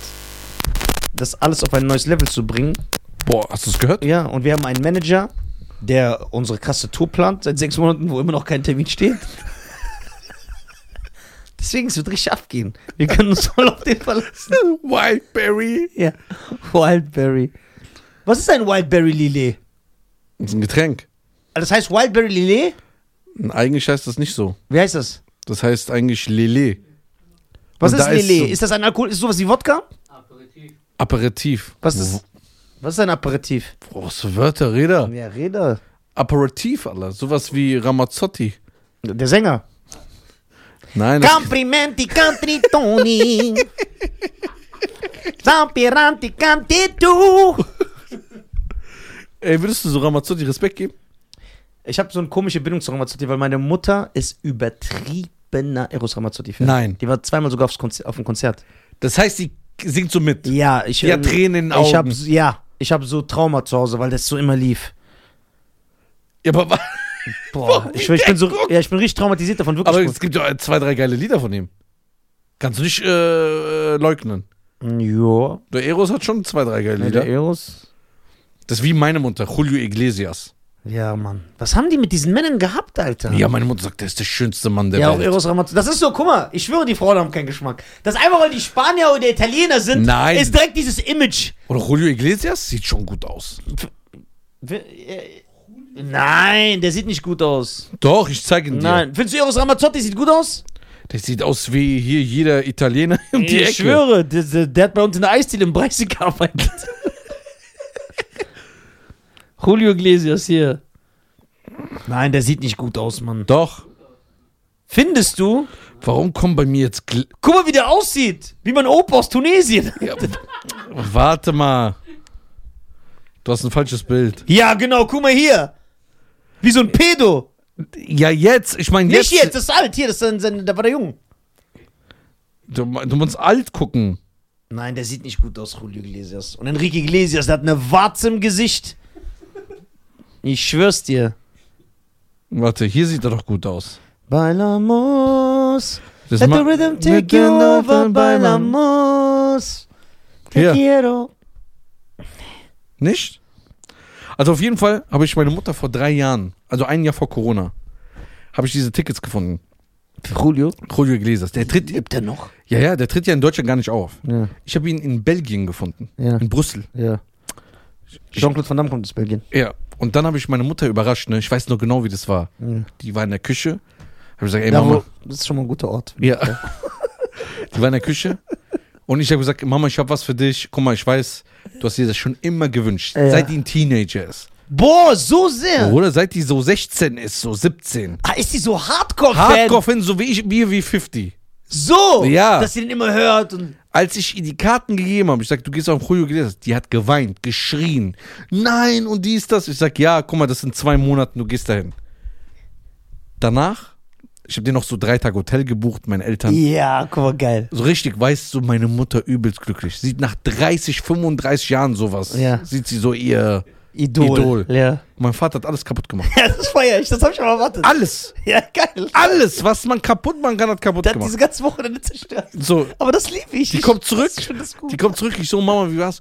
Speaker 1: das alles auf ein neues Level zu bringen.
Speaker 2: Boah, hast du es gehört?
Speaker 1: Ja, und wir haben einen Manager, der unsere krasse Tour plant seit sechs Monaten, wo immer noch kein Termin steht. Deswegen, es wird richtig abgehen. Wir können uns voll auf den verlassen.
Speaker 2: Wildberry.
Speaker 1: Ja. Wildberry. Was ist ein Wildberry Lillet?
Speaker 2: Das ist ein Getränk.
Speaker 1: Also Das heißt Wildberry Lillet?
Speaker 2: Und eigentlich heißt das nicht so.
Speaker 1: Wie heißt das?
Speaker 2: Das heißt eigentlich Lele.
Speaker 1: Was
Speaker 2: Und
Speaker 1: ist
Speaker 2: da
Speaker 1: Lillet?
Speaker 2: ist
Speaker 1: Ist,
Speaker 2: so-
Speaker 1: das ein Alkohol? Ist sowas wie Wodka?
Speaker 2: Aperitif.
Speaker 1: Was ist,
Speaker 2: Mhm.
Speaker 1: was ist ein Aperitif?
Speaker 2: Boah, was für Wörter, Räder.
Speaker 1: Ja, Reda.
Speaker 2: Aperitif, Alter. Sowas wie Ramazzotti.
Speaker 1: Der Sänger.
Speaker 2: Nein, das,
Speaker 1: Complimenti country Toni. Sampiranti canti tu.
Speaker 2: ey, würdest du so Ramazzotti Respekt geben?
Speaker 1: Ich habe so eine komische Bindung zu Ramazzotti, weil meine Mutter ist übertriebener Eros Ramazzotti-Fan.
Speaker 2: Nein.
Speaker 1: Die war zweimal sogar aufs Konzer auf dem Konzert.
Speaker 2: Das heißt, sie singt so mit.
Speaker 1: Ja, ich
Speaker 2: Die hat Tränen in den
Speaker 1: Ich hab,
Speaker 2: Augen.
Speaker 1: ja, ich habe so Trauma zu Hause, weil das so immer lief.
Speaker 2: Ja, aber, wa-
Speaker 1: Boah, ich, schwör, ich bin so,
Speaker 2: Guck.
Speaker 1: ja, ich bin richtig traumatisiert davon,
Speaker 2: aber
Speaker 1: wirklich.
Speaker 2: es gibt ja zwei, drei geile Lieder von ihm. Kannst du nicht äh, äh, leugnen.
Speaker 1: ja,
Speaker 2: Der Eros hat schon zwei, drei geile
Speaker 1: ne, der
Speaker 2: Lieder.
Speaker 1: Eros.
Speaker 2: Das ist wie meine Mutter, Julio Iglesias.
Speaker 1: Ja, Mann. Was haben die mit diesen Männern gehabt, Alter?
Speaker 2: Ja, meine Mutter sagt, der ist der schönste Mann der
Speaker 1: Ja, auch
Speaker 2: Welt.
Speaker 1: Eros Ramazzotti. Das ist so, guck mal, ich schwöre, die Frauen haben keinen Geschmack. Das einfach, weil die Spanier oder Italiener sind,
Speaker 2: Nein.
Speaker 1: ist direkt dieses Image.
Speaker 2: Oder Julio Iglesias sieht schon gut aus.
Speaker 1: Wir- äh, Nein, der sieht nicht gut aus.
Speaker 2: Doch, ich zeige ihn dir.
Speaker 1: Nein. Findest du Eros Ramazzotti sieht gut aus?
Speaker 2: Der sieht aus wie hier jeder Italiener um die Ecke.
Speaker 1: ich schwöre, der, der, der hat bei uns in der Eisdiele im Preis gearbeitet. Julio Iglesias hier. Nein, der sieht nicht gut aus, Mann.
Speaker 2: Doch.
Speaker 1: Findest du?
Speaker 2: Warum kommen bei mir jetzt... Gl
Speaker 1: Guck mal, wie der aussieht. Wie mein Opa aus Tunesien. Ja,
Speaker 2: Warte mal. Du hast ein falsches Bild.
Speaker 1: genau, guck mal hier. Wie so ein Pedo.
Speaker 2: Ja, jetzt. Ich meine
Speaker 1: Nicht
Speaker 2: jetzt.
Speaker 1: jetzt, das ist alt. Hier, das ist sein, sein, da war der Junge.
Speaker 2: Du, du musst alt gucken.
Speaker 1: Nein, der sieht nicht gut aus, Julio Iglesias. Und Enrique Iglesias, der hat eine Warze im Gesicht. Ich schwör's dir.
Speaker 2: Warte, hier sieht er doch gut aus.
Speaker 1: Bailamos.
Speaker 2: Das
Speaker 1: Let
Speaker 2: ma-
Speaker 1: the rhythm take you over. Bailamos. Te
Speaker 2: Ja.
Speaker 1: quiero.
Speaker 2: Nicht? Also auf jeden Fall habe ich meine Mutter vor drei Jahren, also ein Jahr vor Corona, habe ich diese Tickets gefunden.
Speaker 1: Julio?
Speaker 2: Julio Iglesias. Der tritt,
Speaker 1: Lebt er noch?
Speaker 2: ja, ja, der tritt ja in Deutschland gar nicht auf.
Speaker 1: Ja,
Speaker 2: Ich habe ihn in Belgien gefunden.
Speaker 1: Ja.
Speaker 2: In Brüssel.
Speaker 1: ja. Jean-Claude Van Damme kommt aus Belgien.
Speaker 2: Ja, und dann habe ich meine Mutter überrascht, ne? Ich weiß nur genau, wie das war. Die war in der Küche. Habe ich gesagt, ey
Speaker 1: Ja,
Speaker 2: Mama.
Speaker 1: wo, das ist schon mal ein guter Ort.
Speaker 2: Ja. Die war in der Küche. Und ich habe gesagt, Mama, ich habe was für dich. Guck mal, ich weiß, du hast dir das schon immer gewünscht.
Speaker 1: Ja.
Speaker 2: Seit die ein Teenager ist.
Speaker 1: Boah, so sehr.
Speaker 2: Oder seit die so 16 ist, so 17.
Speaker 1: Ah, ist die so Hardcore-Fan?
Speaker 2: Hardcore-Fan, so wie ich, wie, wie 50.
Speaker 1: So,
Speaker 2: Ja.
Speaker 1: dass sie den immer hört. Und
Speaker 2: Als ich ihr die Karten gegeben habe, ich sag, du gehst auf Julio Iglesias, die hat geweint, geschrien. Nein, und dies, das. Ich sag, ja, guck mal, das sind zwei Monaten, du gehst dahin. Danach, ich habe dir noch so drei Tage Hotel gebucht, meine Eltern.
Speaker 1: ja, guck mal, geil.
Speaker 2: So richtig weißt du, meine Mutter übelst glücklich. Sieht nach 30, 35 Jahren sowas.
Speaker 1: Ja.
Speaker 2: Sieht sie so ihr.
Speaker 1: Idol.
Speaker 2: Idol.
Speaker 1: Ja.
Speaker 2: Mein Vater hat alles kaputt gemacht.
Speaker 1: ja, das feier ich. Das hab ich schon mal erwartet.
Speaker 2: Alles!
Speaker 1: Ja, geil.
Speaker 2: Alles, was man kaputt machen kann, hat kaputt
Speaker 1: Der hat
Speaker 2: gemacht.
Speaker 1: diese ganze Wochenende zerstört.
Speaker 2: So,
Speaker 1: Aber das liebe ich.
Speaker 2: die kommt zurück.
Speaker 1: Ich finde das gut.
Speaker 2: Die kommt zurück. Ich so, Mama, wie war's?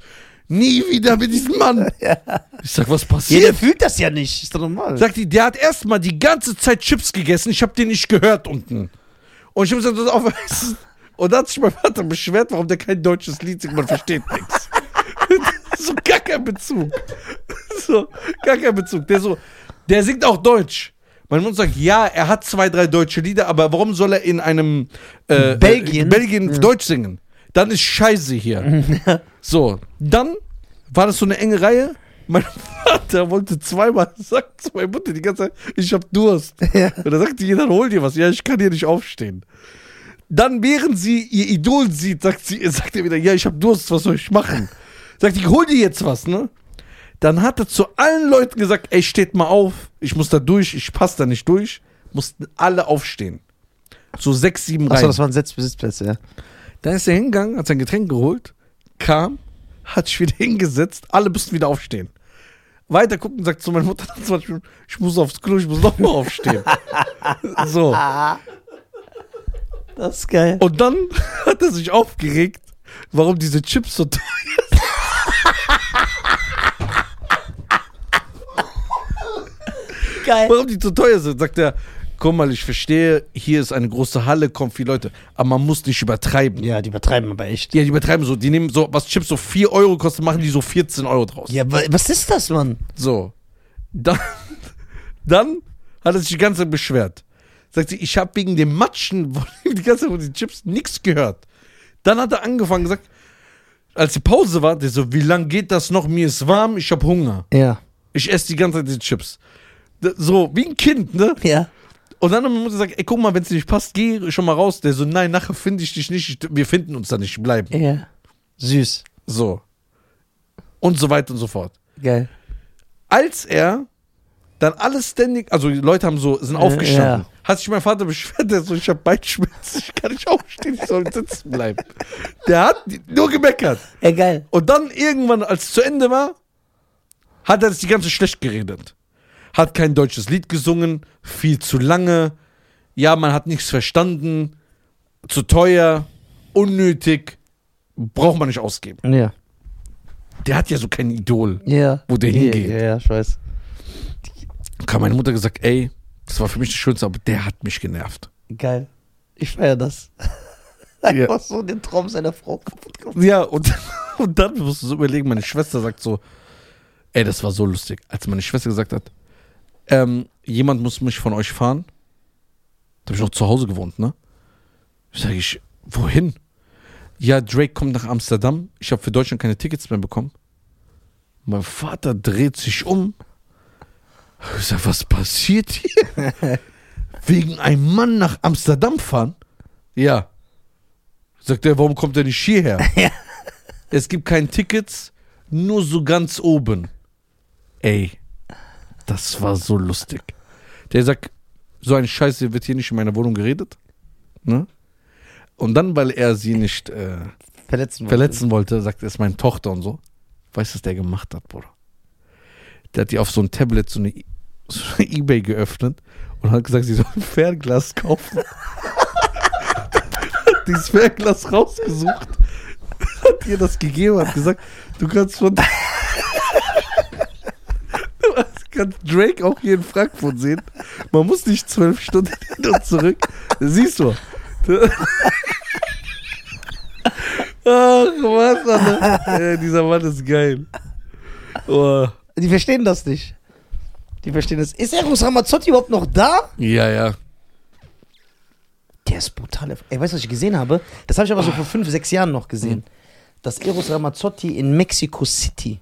Speaker 2: Nie wieder mit diesem Mann. Ich sag, was
Speaker 1: Jeder
Speaker 2: passiert?
Speaker 1: fühlt das ja nicht. Ist doch normal.
Speaker 2: Sagt die, der hat erstmal die ganze Zeit Chips gegessen. Ich hab den nicht gehört unten. Und ich hab gesagt, das aufessen. Und dann hat sich mein Vater beschwert, warum der kein deutsches Lied singt. Man versteht nichts. So gar kein Bezug. So, gar kein Bezug. Der so, der singt auch Deutsch. Mein Mund sagt, ja, er hat zwei, drei deutsche Lieder, aber warum soll er in einem äh, äh,
Speaker 1: Belgien?
Speaker 2: Belgien Deutsch singen? Dann ist Scheiße hier. so, dann war das so eine enge Reihe. Mein Vater wollte zweimal, sagt meine Mutter die ganze Zeit, ich hab Durst. Und da sagt jeder, hol dir was. Ja, ich kann hier nicht aufstehen. Dann, während sie ihr Idol sieht, sagt, sie, sagt er wieder, ja, ich hab Durst, was soll ich machen? Sagt, ich hol dir jetzt was, ne? Dann hat er zu allen Leuten gesagt, ey, steht mal auf, ich muss da durch, ich passe da nicht durch. Mussten alle aufstehen. So sechs, sieben Reihen.
Speaker 3: Achso, das waren Sitz Sitzplätze, ja.
Speaker 2: Dann ist er hingegangen, hat sein Getränk geholt, kam, hat sich wieder hingesetzt, alle mussten wieder aufstehen. Weiter gucken, sagt zu meiner Mutter nach 20 Minuten, ich muss aufs Klo, ich muss nochmal aufstehen. so.
Speaker 1: Das ist geil.
Speaker 2: Und dann hat er sich aufgeregt, warum diese Chips so teuer
Speaker 1: Geil.
Speaker 2: warum die so teuer sind. Sagt er, komm mal, ich verstehe, hier ist eine große Halle, kommen viele Leute, aber man muss nicht übertreiben.
Speaker 1: Ja, die übertreiben aber echt.
Speaker 2: Ja, die übertreiben so, die nehmen so, was Chips so 4 Euro kosten, machen die so 14 Euro draus.
Speaker 1: Ja, wa- was ist das, Mann?
Speaker 2: So. Dann, dann hat er sich die ganze Zeit beschwert. Sagt sie, ich habe wegen dem Matschen von ihm die ganze Zeit von den Chips nichts gehört. Dann hat er angefangen gesagt, als die Pause war, der so, wie lange geht das noch? Mir ist warm, ich habe Hunger.
Speaker 1: Ja.
Speaker 2: Ich esse die ganze Zeit die Chips. D- So, wie ein Kind, ne?
Speaker 1: Ja.
Speaker 2: Und dann hat meine Mutter gesagt, ey, guck mal, wenn es nicht passt, geh schon mal raus. Der so, nein, nachher finde ich dich nicht. Ich, wir finden uns da nicht, bleib.
Speaker 1: Ja. Süß.
Speaker 2: So. Und so weiter und so fort.
Speaker 1: Geil.
Speaker 2: als er dann alles ständig, also die Leute haben so, sind aufgestanden. Hat sich mein Vater beschwert, der so, ich habe Beinschmerzen, ich kann nicht aufstehen, ich soll sitzen bleiben. Der hat die- nur gemeckert.
Speaker 1: Ey, geil.
Speaker 2: Und dann irgendwann, als es zu Ende war, hat er das die ganze schlecht geredet. Hat kein deutsches Lied gesungen, viel zu lange. Ja, man hat nichts verstanden, zu teuer, unnötig, braucht man nicht ausgeben.
Speaker 1: Ja.
Speaker 2: Der hat ja so kein Idol.
Speaker 1: Ja.
Speaker 2: Wo der hingeht.
Speaker 1: Ja, ja, ich weiß.
Speaker 2: kam meine Mutter gesagt, ey, das war für mich das Schönste, aber der hat mich genervt.
Speaker 1: Geil. Ich feier das. Einfach so den Traum seiner Frau kaputt gemacht.
Speaker 2: Ja, und, und dann musst du so überlegen, meine Schwester sagt so, ey, das war so lustig, als meine Schwester gesagt hat, ähm, jemand muss mich von euch fahren. Da habe ich noch zu Hause gewohnt, ne? Ich sage ich, wohin? Ja, Drake kommt nach Amsterdam. Ich habe für Deutschland keine Tickets mehr bekommen. Mein Vater dreht sich um. Ich sag, was passiert hier? Wegen einem Mann nach Amsterdam fahren? Ja. Sagt er, warum kommt er nicht hierher? Es gibt kein Tickets, nur so ganz oben. Ey, das war so lustig. Der sagt, so ein Scheiß hier wird hier nicht in meiner Wohnung geredet. Ne? Und dann, weil er sie nicht äh,
Speaker 1: Verletzen.
Speaker 2: verletzen wollte, sagt er, ist meine Tochter und so. Weißt du, was der gemacht hat, Bruder? Der hat die auf so ein Tablet, so eine, I- so eine Ebay geöffnet und hat gesagt, sie soll ein Fernglas kaufen. hat dieses Fernglas rausgesucht, hat ihr das gegeben, hat gesagt, du kannst von. du kannst Drake auch hier in Frankfurt sehen. Man muss nicht zwölf Stunden hin und zurück. Siehst du. Ach, was, Alter. Ey, dieser Mann ist geil. Oh.
Speaker 1: Die verstehen das nicht. Die verstehen das. Ist Eros Ramazzotti überhaupt noch da?
Speaker 2: Ja, ja.
Speaker 1: Der ist brutal. Ey, weißt du, was ich gesehen habe? Das habe ich aber so vor fünf, sechs Jahren noch gesehen. Dass Eros Ramazzotti in Mexico City,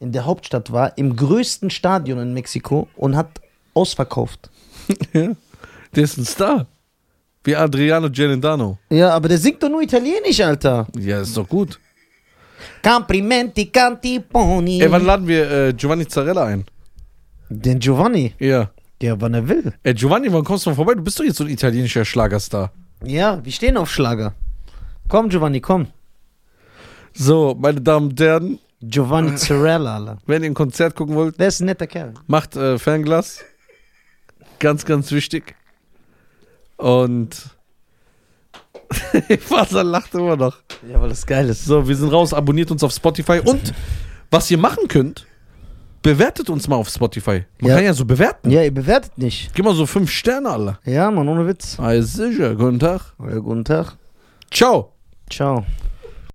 Speaker 1: in der Hauptstadt war, im größten Stadion in Mexiko und hat ausverkauft.
Speaker 2: Der ist ein Star. Wie Adriano Gelendano.
Speaker 1: Ja, aber der singt doch nur Italienisch, Alter.
Speaker 2: Ja, ist doch gut.
Speaker 1: Complimenti, canti, poni.
Speaker 2: Ey, wann laden wir äh, Giovanni Zarella ein?
Speaker 1: Den Giovanni.
Speaker 2: Ja.
Speaker 1: Ja, wann er will.
Speaker 2: Ey, Giovanni, wann kommst du mal vorbei? Du bist doch jetzt so ein italienischer Schlagerstar.
Speaker 1: Ja, wir stehen auf Schlager. Komm, Giovanni, komm.
Speaker 2: So, meine Damen und Herren,
Speaker 1: Giovanni Zarella, Alter.
Speaker 2: wenn ihr ein Konzert gucken wollt,
Speaker 1: Der ist ein netter Kerl.
Speaker 2: macht äh, Fernglas. Ganz, ganz wichtig. Und. Vater lacht immer noch.
Speaker 1: Ja, weil das geil ist.
Speaker 2: So, wir sind raus. Abonniert uns auf Spotify. Und was ihr machen könnt, bewertet uns mal auf Spotify. Man
Speaker 1: Ja.
Speaker 2: kann ja so bewerten.
Speaker 1: Ja, ihr bewertet nicht.
Speaker 2: Gib mal so fünf Sterne, alle.
Speaker 1: Ja, Mann, ohne Witz.
Speaker 2: Ah, ist sicher. Guten Tag.
Speaker 1: Ja, guten Tag.
Speaker 2: Ciao.
Speaker 1: Ciao.